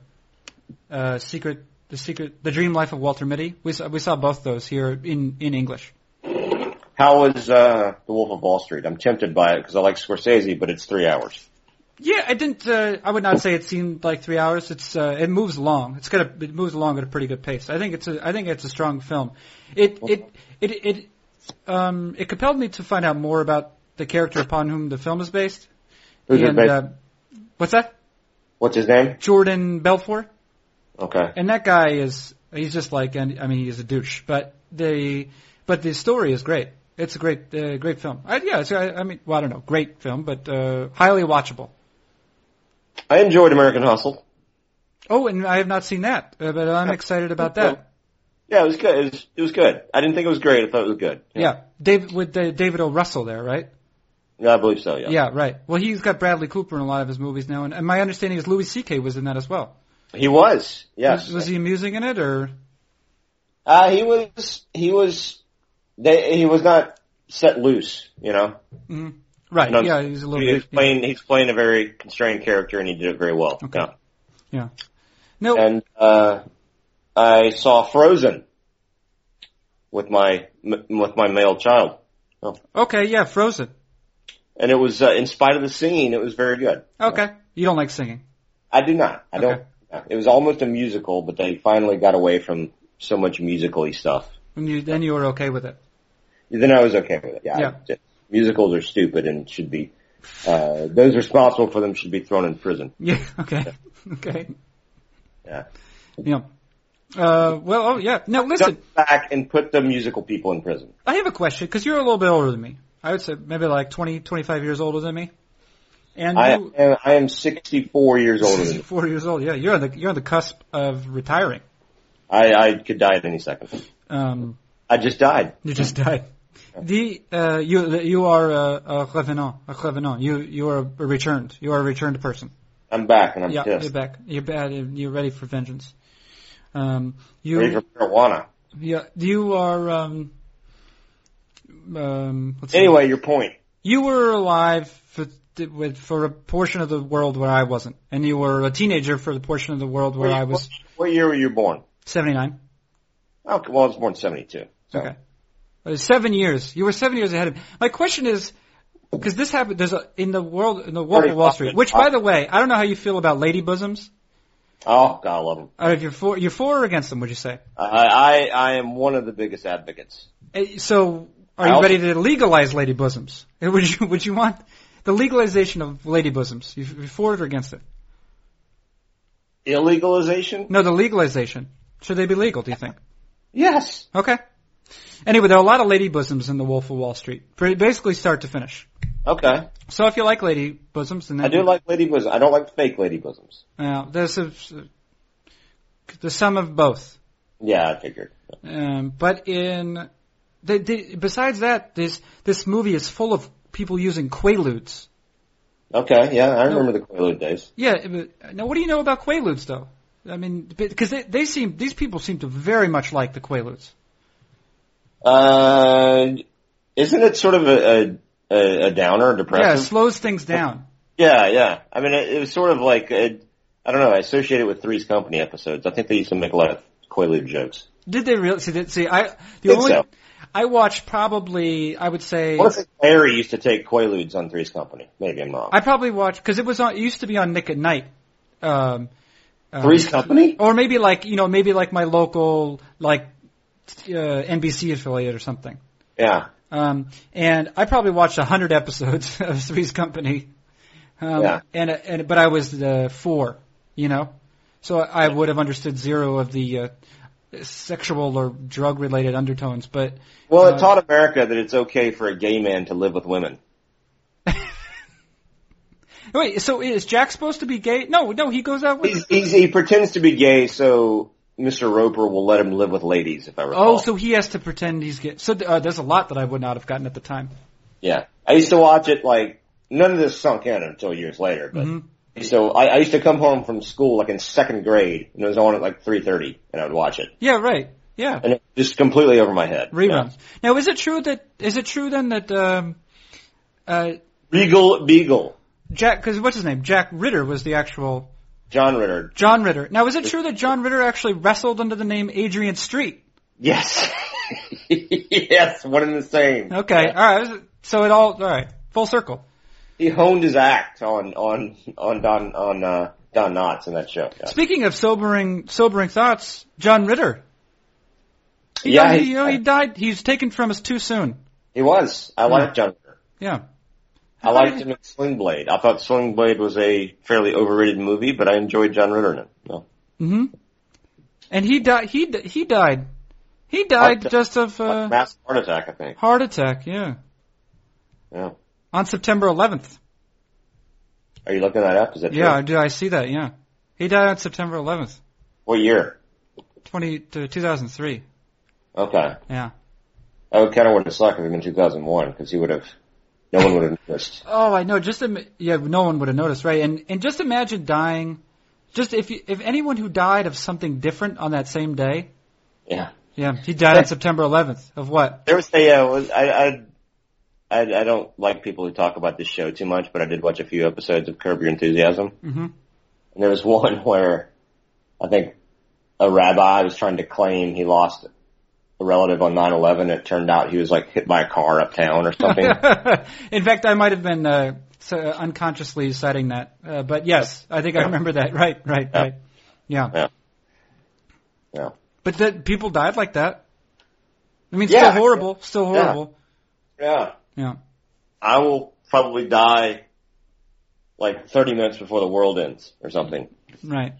Speaker 1: uh, Secret, the Secret, The Dream Life of Walter Mitty. We saw, we saw both those here in in English.
Speaker 2: How was uh, The Wolf of Wall Street? I'm tempted by it because I like Scorsese, but it's three hours.
Speaker 1: Yeah, I didn't. Uh, I would not say it seemed like three hours. It's uh, it moves along. It's got a, it moves along at a pretty good pace. I think it's a I think it's a strong film. It it it it um it compelled me to find out more about the character upon whom the film is based.
Speaker 2: Who's it
Speaker 1: and
Speaker 2: based-
Speaker 1: uh, what's that?
Speaker 2: What's his name?
Speaker 1: Jordan Belfort.
Speaker 2: Okay.
Speaker 1: And that guy is he's just like and I mean he's a douche, but the but the story is great. It's a great uh, great film. I, yeah, so I, I mean well I don't know, great film, but uh, highly watchable.
Speaker 2: I enjoyed American Hustle.
Speaker 1: Oh, and I have not seen that, uh, but I'm excited about that.
Speaker 2: Yeah, it was good. It was, it was good. I didn't think it was great. I thought it was good.
Speaker 1: Yeah, David with uh, David O. Russell there, right?
Speaker 2: Yeah, I believe so. Yeah.
Speaker 1: Yeah, right. Well, he's got Bradley Cooper in a lot of his movies now, and, and my understanding is Louis C.K. was in that as well.
Speaker 2: He was. Yes.
Speaker 1: Was, was he amusing in it, or
Speaker 2: Uh, he was. He was. They, he was not set loose. You know.
Speaker 1: right?
Speaker 2: No,
Speaker 1: yeah, he was a little
Speaker 2: He's
Speaker 1: bit. yeah.
Speaker 2: playing. He's playing a very constrained character, and he did it very well.
Speaker 1: Okay.
Speaker 2: Yeah.
Speaker 1: Yeah. No.
Speaker 2: And uh, I saw Frozen with my m- with my male child,
Speaker 1: Okay. Yeah, Frozen.
Speaker 2: and it was uh, in spite of the singing, it was very good.
Speaker 1: Okay. You don't like singing.
Speaker 2: I do not. I
Speaker 1: Okay.
Speaker 2: don't. It was almost a musical, but they finally got away from so much musical-y stuff.
Speaker 1: And you, then you were okay with it.
Speaker 2: Then I was okay with it. Yeah.
Speaker 1: Yeah.
Speaker 2: I- musicals are stupid and should be. Uh, those responsible for them should be thrown in prison.
Speaker 1: Yeah. Okay. Okay.
Speaker 2: Yeah.
Speaker 1: Yeah. Uh, well, oh yeah. Now listen,
Speaker 2: Jump back and put the musical people in prison.
Speaker 1: I have a question because you're a little bit older than me. I would say maybe like 20, 25 years older than me. And
Speaker 2: I
Speaker 1: you,
Speaker 2: am, I am 64 years older than you.
Speaker 1: 64 years old. Yeah, you're on the you're on the cusp of retiring.
Speaker 2: I, I could die at any second.
Speaker 1: Um,
Speaker 2: I just died.
Speaker 1: you just died. The uh, you you are a, a revenant, a revenant. You you are a returned. You are a returned person.
Speaker 2: I'm back and I'm
Speaker 1: yeah, you're
Speaker 2: pissed.
Speaker 1: back. You're bad. You're ready for vengeance. Um, you
Speaker 2: Ready for marijuana.
Speaker 1: yeah. You are um um. Let's see.
Speaker 2: Anyway, your point.
Speaker 1: you were alive for with for a portion of the world where I wasn't, and you were a teenager for the portion of the world where I was
Speaker 2: What year were you born?
Speaker 1: 79.
Speaker 2: Oh, well, I was born in 72. So.
Speaker 1: Okay. Uh, Seven years. You were seven years ahead of me. My question is, because this happened, there's a, in the world, in the world of Wall Street, which by the way, I don't know how you feel about lady bosoms.
Speaker 2: Oh, God, I love them.
Speaker 1: Or if you're for, you're for or against them, would you say?
Speaker 2: I, I, I am one of the biggest advocates.
Speaker 1: Uh, So, are
Speaker 2: I
Speaker 1: you
Speaker 2: also-
Speaker 1: ready to legalize lady bosoms? Uh, Would you, would you want the legalization of lady bosoms? You- You're for it or against it?
Speaker 2: Illegalization?
Speaker 1: No, the legalization. Should they be legal, do you think?
Speaker 2: Yes.
Speaker 1: Okay. Anyway, there are a lot of lady bosoms in The Wolf of Wall Street, pretty- basically start to finish.
Speaker 2: Okay.
Speaker 1: So if you like lady bosoms, then
Speaker 2: I do like lady bosoms. I don't like fake lady bosoms.
Speaker 1: Yeah, there's a, the sum of both.
Speaker 2: Yeah, I figured.
Speaker 1: Um, but in they, they, besides that, this this movie is full of people using quaaludes.
Speaker 2: Okay, yeah, I remember the Quaalude days.
Speaker 1: Yeah. it wa- Now, what do you know about quaaludes, though? I mean, because they, they seem these people seem to very much like the quaaludes.
Speaker 2: Uh, isn't it sort of a, a, a, a downer,
Speaker 1: Yeah, it
Speaker 2: depressive?
Speaker 1: slows things down.
Speaker 2: Yeah, yeah. I mean, it, it was sort of like it, I don't know. I associate it with Three's Company episodes. I think they used to make a lot of Quaalude jokes.
Speaker 1: Did they really see? That, see, I the
Speaker 2: Think
Speaker 1: only
Speaker 2: so.
Speaker 1: I watched probably I would say
Speaker 2: What if Larry used to take Quaaludes on Three's Company? Maybe I'm wrong.
Speaker 1: I probably watched because it was on. It used to be on Nick at Night. Um, um,
Speaker 2: Three's Company?
Speaker 1: or maybe like you know maybe like my local like uh, NBC affiliate or something.
Speaker 2: Yeah.
Speaker 1: Um, and I probably watched a hundred episodes of Three's Company. Um,
Speaker 2: Yeah.
Speaker 1: And and but I was the four, you know, so I would have understood zero of the uh, sexual or drug related undertones. But
Speaker 2: Well,
Speaker 1: Uh,
Speaker 2: it taught America that it's okay for a gay man to live with women.
Speaker 1: wait, so is Jack supposed to be gay? No, no, he goes out with.
Speaker 2: He's, he's, he pretends to be gay, so Mr. Roper will let him live with ladies, if I recall.
Speaker 1: Oh, so he has to pretend he's gay. So uh, there's a lot that I would not have gotten at the time.
Speaker 2: yeah. I used to watch it like none of this sunk in until years later, but.
Speaker 1: Mhm.
Speaker 2: So I, I used to come home from school like in second grade, and it was on at like three thirty, and I would watch it.
Speaker 1: Yeah, right. Yeah,
Speaker 2: and it just completely over my head.
Speaker 1: reruns. Now, is it true that is it true then that um, uh,
Speaker 2: Yeah. Regal Beagle,
Speaker 1: Jack? Because what's his name? Jack Ritter was the actual
Speaker 2: John Ritter.
Speaker 1: John Ritter. Now, is it true that John Ritter actually wrestled under the name Adrian Street?
Speaker 2: Yes, yes, one and the same.
Speaker 1: Okay, all right. I was- So it all all right. Full circle.
Speaker 2: He honed his act on on on Don on uh, Don Knotts in that show. Yeah,
Speaker 1: Speaking of sobering sobering thoughts, John Ritter. He
Speaker 2: Yeah,
Speaker 1: died,
Speaker 2: he-
Speaker 1: you know, he died. He's taken from us too soon.
Speaker 2: he was. I liked John Ritter.
Speaker 1: Yeah.
Speaker 2: I liked him in Sling Blade. I thought Sling Blade was a fairly overrated movie, but I enjoyed John Ritter in it. Yeah.
Speaker 1: hmm And he died. He di- he died. He died
Speaker 2: Heart-
Speaker 1: just of
Speaker 2: Like
Speaker 1: uh,
Speaker 2: mass heart attack, I think.
Speaker 1: heart attack. Yeah.
Speaker 2: Yeah.
Speaker 1: On September 11th.
Speaker 2: Are you looking that up? Is that
Speaker 1: Yeah, I
Speaker 2: True?
Speaker 1: do I see that? Yeah. He died on September uh, 11th,
Speaker 2: What year?
Speaker 1: 20 to 2003.
Speaker 2: Okay.
Speaker 1: Yeah.
Speaker 2: I would kind of want to suck if it had been 2001 because he would have No one would have noticed.
Speaker 1: Oh, I know. Just Im- yeah, no one would have noticed, right? And and just imagine dying. Just if you, if anyone who died of something different on that same day.
Speaker 2: Yeah.
Speaker 1: Yeah, he died on September 11th of what?
Speaker 2: There was a, uh, was- I, I, I, I don't like people who talk about this show too much, but I did watch a few episodes of Curb Your Enthusiasm.
Speaker 1: Mm-hmm.
Speaker 2: And there was one where I think a rabbi was trying to claim he lost a relative on 9-11. It turned out he was like hit by a car uptown or something.
Speaker 1: In fact, I might have been uh, so uh, unconsciously citing that, uh, but yes, I think I remember that. Right, right,
Speaker 2: Yeah.
Speaker 1: right. Yeah.
Speaker 2: Yeah. Yeah.
Speaker 1: But that people died like that. I mean,
Speaker 2: Yeah.
Speaker 1: still horrible, still
Speaker 2: Yeah.
Speaker 1: horrible.
Speaker 2: yeah.
Speaker 1: Yeah.
Speaker 2: I will probably die like 30 minutes before the world ends or something.
Speaker 1: Right.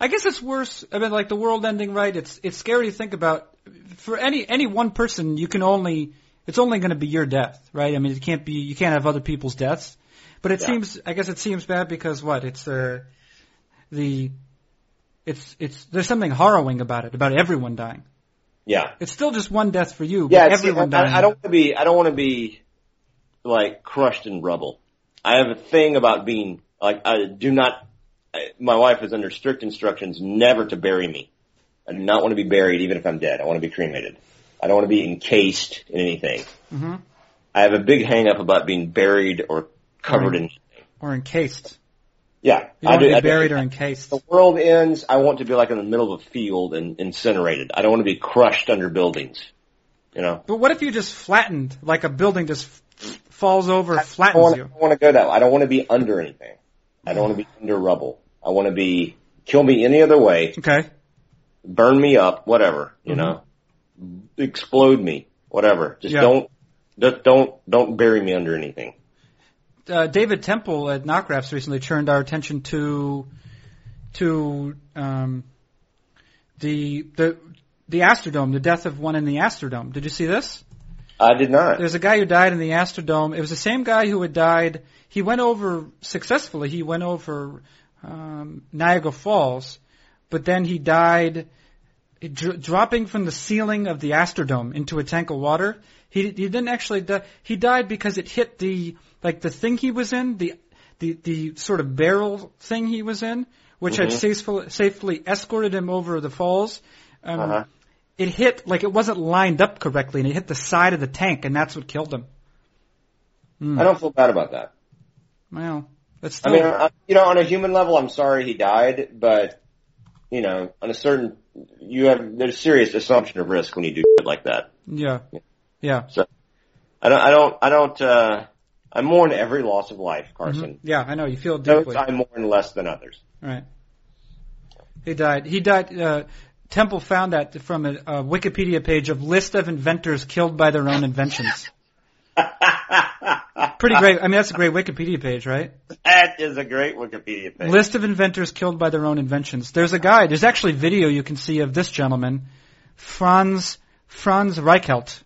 Speaker 1: I guess it's worse. I mean, like the world ending, right? It's it's scary to think about. For any any one person, you can only it's only going to be your death, right? I mean, it can't be you can't have other people's deaths. But it
Speaker 2: Yeah.
Speaker 1: seems, I guess, it seems bad because what? It's uh, the it's it's there's something harrowing about it, about everyone dying.
Speaker 2: Yeah.
Speaker 1: It's still just one death for you,
Speaker 2: Yeah.
Speaker 1: but
Speaker 2: See, I,
Speaker 1: everyone dying.
Speaker 2: I I don't want to be, I don't want to be like crushed in rubble. I have a thing about being like, I do not, I, my wife is under strict instructions never to bury me. I do not want to be buried even if I'm dead. I want to be cremated. I don't want to be encased in anything.
Speaker 1: Mhm.
Speaker 2: I have a big hang up about being buried or covered in,
Speaker 1: or encased.
Speaker 2: yeah.
Speaker 1: You don't
Speaker 2: I
Speaker 1: want
Speaker 2: do,
Speaker 1: to
Speaker 2: I
Speaker 1: be
Speaker 2: do-
Speaker 1: buried or encased.
Speaker 2: the world ends, I want to be like in the middle of a field and incinerated. I don't want to be crushed under buildings. You know,
Speaker 1: But what if you just flattened, like a building just f- falls over,
Speaker 2: I don't,
Speaker 1: flattens
Speaker 2: want, I
Speaker 1: you?
Speaker 2: don't want to go that. I don't want to be under anything. I don't want to be under rubble. I want to be kill me any other way,
Speaker 1: Okay.
Speaker 2: burn me up, whatever. You know, explode me, whatever.
Speaker 1: Mm-hmm.
Speaker 2: Just
Speaker 1: Yeah.
Speaker 2: don't, just don't, don't bury me under anything.
Speaker 1: uh, David Temple at Knockraps recently turned our attention to to um, the the the Astrodome, the death of one in the Astrodome. Did you see this?
Speaker 2: I did not.
Speaker 1: There's a guy who died in the Astrodome. It was the same guy who had died. He went over successfully. He went over um, Niagara Falls, but then he died dr- dropping from the ceiling of the Astrodome into a tank of water. He he didn't actually die. He died because it hit the like the thing he was in the the the sort of barrel thing he was in, which had
Speaker 2: Mhm.
Speaker 1: safely safely escorted him over the falls. Um,
Speaker 2: Uh-huh.
Speaker 1: it hit like it wasn't lined up correctly, and it hit the side of the tank, and that's what killed him. Hmm.
Speaker 2: I don't feel bad about that.
Speaker 1: Well, that's still,
Speaker 2: I mean, uh, I, you know, on a human level, I'm sorry he died, but you know, on a certain, you have there's serious assumption of risk when you do shit like that.
Speaker 1: yeah,
Speaker 2: I don't, I don't, I don't. uh I mourn every loss of life, Carson.
Speaker 1: mm-hmm. yeah. I know you feel
Speaker 2: Those
Speaker 1: deeply.
Speaker 2: I mourn less than others.
Speaker 1: Right. He died. He died. Uh, Temple found that from a, a Wikipedia page of list of inventors killed by their own inventions. Pretty great. I mean, that's a great Wikipedia page, right?
Speaker 2: That is a great Wikipedia page.
Speaker 1: List of inventors killed by their own inventions. There's a guy. There's actually video you can see of this gentleman, Franz Franz Reichelt.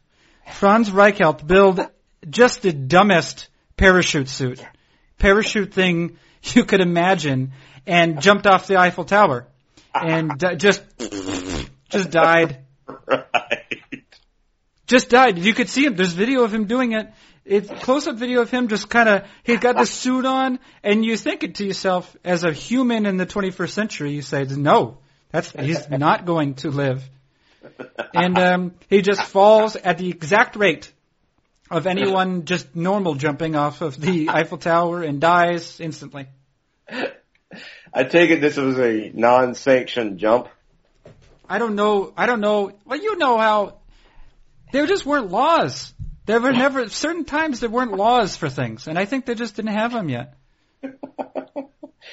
Speaker 1: Franz Reichelt built just the dumbest parachute suit, parachute thing you could imagine, and jumped off the Eiffel Tower, and di- just just died.
Speaker 2: right.
Speaker 1: Just died. You could see him. There's video of him doing it. It's close-up video of him just kind of, he's got this suit on, and you think it to yourself, as a human in the 21st century, you say, no, that's, he's not going to live. And, um, he just falls at the exact rate of anyone just normal jumping off of the Eiffel Tower and dies instantly.
Speaker 2: I take it this was a non-sanctioned jump.
Speaker 1: I don't know. I don't know. Well, you know how there just weren't laws. There were never certain times there weren't laws for things, and I think they just didn't have them yet.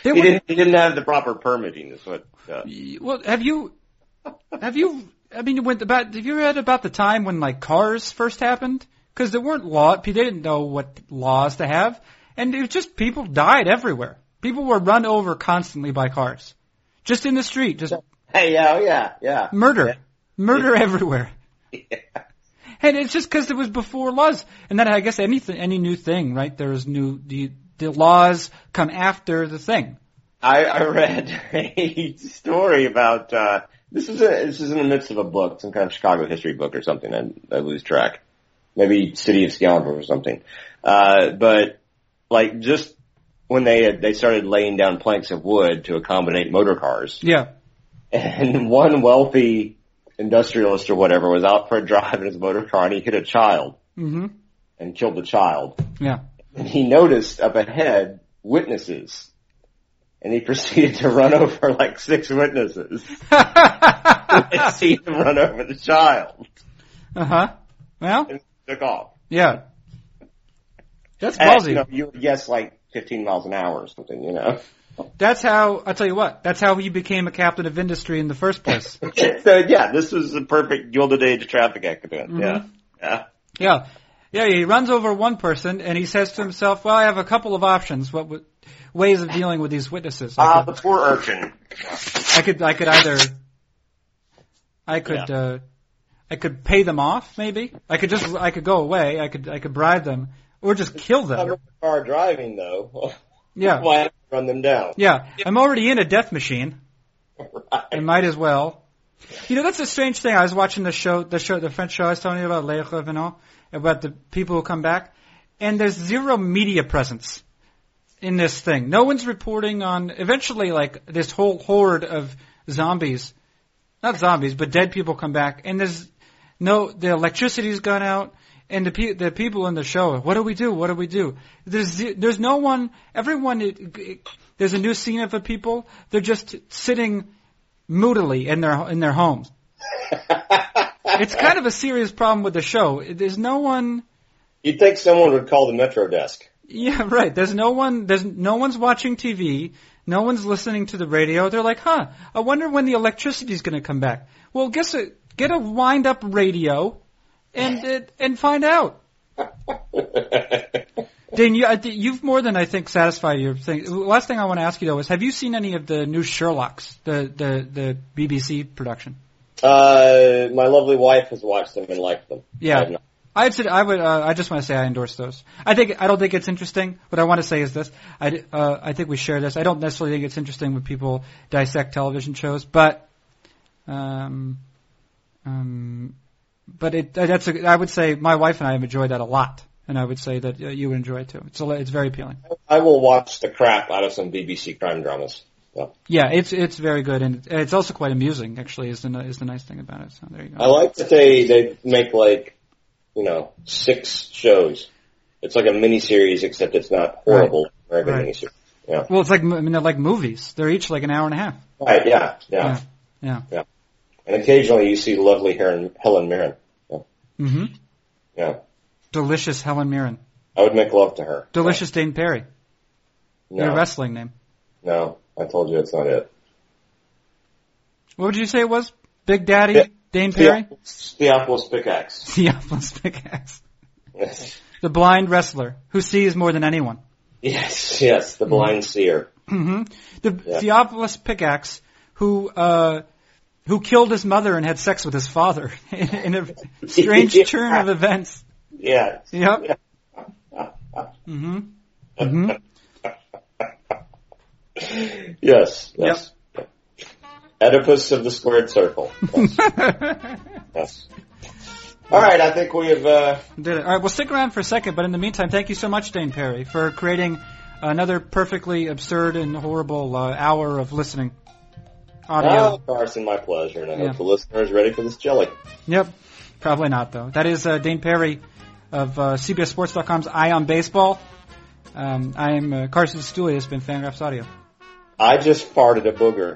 Speaker 1: They
Speaker 2: He
Speaker 1: were-
Speaker 2: didn't, he didn't have the proper permitting. Is what. Uh,
Speaker 1: well, have you? Have you? I mean, when about have you read about the time when like cars first happened? Because there weren't law. They didn't know what laws to have, and it was just people died everywhere. People were run over constantly by cars, just in the street, just
Speaker 2: hey, yeah, yeah, yeah.
Speaker 1: murder, murder everywhere. And it's just because it was before laws, and then I guess anything, any new thing, right? There is new the the laws come after the thing.
Speaker 2: I, I read a story about uh, this is a, this is in the midst of a book, some kind of Chicago history book or something. I, I lose track, maybe City of Scalper or something. Uh, but like just when they had, they started laying down planks of wood to accommodate motor cars,
Speaker 1: Yeah.
Speaker 2: and one wealthy industrialist or whatever was out for a drive in his motor car and he hit a child
Speaker 1: Mm-hmm.
Speaker 2: and killed the child.
Speaker 1: Yeah.
Speaker 2: And he noticed up ahead witnesses. And he proceeded to run over like six witnesses and
Speaker 1: uh
Speaker 2: see him run over the child
Speaker 1: huh. Uh-huh. Well,
Speaker 2: and took off.
Speaker 1: yeah. That's
Speaker 2: At,
Speaker 1: ballsy.
Speaker 2: you, know, you would guess like 15 miles an hour or something, you know.
Speaker 1: That's how I tell you what. That's how he became a captain of industry in the first place.
Speaker 2: so yeah, this was a perfect gilded age traffic accident.
Speaker 1: Mm-hmm.
Speaker 2: Yeah. Yeah.
Speaker 1: yeah, yeah. He runs over one person and he says to himself, "Well, I have a couple of options. What would, ways of dealing with these witnesses? I
Speaker 2: Ah, the
Speaker 1: could,
Speaker 2: poor urchin.
Speaker 1: I could, I could either, I could, uh, I could pay them off. Maybe I could just, I could go away. I could, I could bribe them or just kill
Speaker 2: I'm
Speaker 1: them.
Speaker 2: in the car driving though.
Speaker 1: Yeah,
Speaker 2: Why not run them down?
Speaker 1: yeah. I'm already in a death machine." I
Speaker 2: Right.
Speaker 1: might as well. You know, that's a strange thing. I was watching the show, the show, the French show I was telling you about, Les Revenants, about the people who come back, and there's zero media presence in this thing. No one's reporting on, eventually, like, this whole horde of zombies, not zombies, but dead people come back, and there's no, the electricity's gone out, and the, pe- the people in the show, are, what do we do? What do we do? There's, ze- there's no one, everyone, it, it, there's a new scene of the people, they're just sitting moodily in their in their homes. It's kind of a serious problem with the show. There's no one.
Speaker 2: You'd think someone would call the Metro desk.
Speaker 1: Yeah, right. There's no one. There's no one's watching TV. No one's listening to the radio. They're like, huh? I wonder when the electricity's going to come back. Well, guess a, get a wind up radio, and it, and find out. Dan, you, I thi- you've more than I think satisfied your thing. Last thing I want to ask you though is, have you seen any of the new Sherlock's, the the the BBC production?
Speaker 2: Uh, my lovely wife has watched them and liked them.
Speaker 1: Yeah.
Speaker 2: I have not.
Speaker 1: I'd say, I would. Uh, I just want to say I endorse those. I think I don't think it's interesting. What I want to say is this: I d- uh, I think we share this. I don't necessarily think it's interesting when people dissect television shows, but um, um, but it that's a, I would say my wife and I have enjoyed that a lot, and I would say that uh, you would enjoy it too. It's a, li- it's very appealing.
Speaker 2: I will watch the crap out of some BBC crime dramas.
Speaker 1: Yeah, it's it's very good, and it's also quite amusing. Actually, is the ni- is the nice thing about it. So there you go.
Speaker 2: I like that they they make like you know six shows. It's like a mini series, except it's not horrible. Right.
Speaker 1: Right.
Speaker 2: Right. Miniseries. Yeah.
Speaker 1: Well, it's like m- I mean, they're like movies. They're each like an hour and a half.
Speaker 2: Right. Yeah.
Speaker 1: Yeah.
Speaker 2: Yeah.
Speaker 1: Yeah.
Speaker 2: And occasionally you see lovely Helen Helen Mirren.
Speaker 1: hmm
Speaker 2: Yeah.
Speaker 1: Delicious Helen Mirren.
Speaker 2: I would make love to her.
Speaker 1: Delicious Dane Perry.
Speaker 2: No.
Speaker 1: Your wrestling name.
Speaker 2: no. I told you it's not it.
Speaker 1: What would you say it was? Big Daddy
Speaker 2: Yeah.
Speaker 1: Dane Perry?
Speaker 2: Theophilus pickaxe.
Speaker 1: Theophilus Pickaxe. The blind wrestler who sees more than anyone.
Speaker 2: yes. Yes. The blind seer.
Speaker 1: hmm The
Speaker 2: Yeah.
Speaker 1: Theophilus Pickaxe who uh, who killed his mother and had sex with his father in a strange
Speaker 2: Yeah.
Speaker 1: turn of events.
Speaker 2: Yeah.
Speaker 1: Yep. hmm hmm
Speaker 2: Yes. Yes. Oedipus of the squared circle. Yes. yes. All right, I think we have. Uh,
Speaker 1: Did it. All right, well, stick around for a second, but in the meantime, thank you so much, Dane Perry, for creating another perfectly absurd and horrible uh, hour of listening audio.
Speaker 2: oh, Carson, my pleasure, and I
Speaker 1: Yeah.
Speaker 2: hope the listener is ready for this jelly.
Speaker 1: Yep, probably not, though. That is uh, Dane Perry of uh, CBSSports.com's Eye on Baseball. Um, I'm uh, Carson Stooley. This has been Fangraphs Audio.
Speaker 2: I just farted a booger.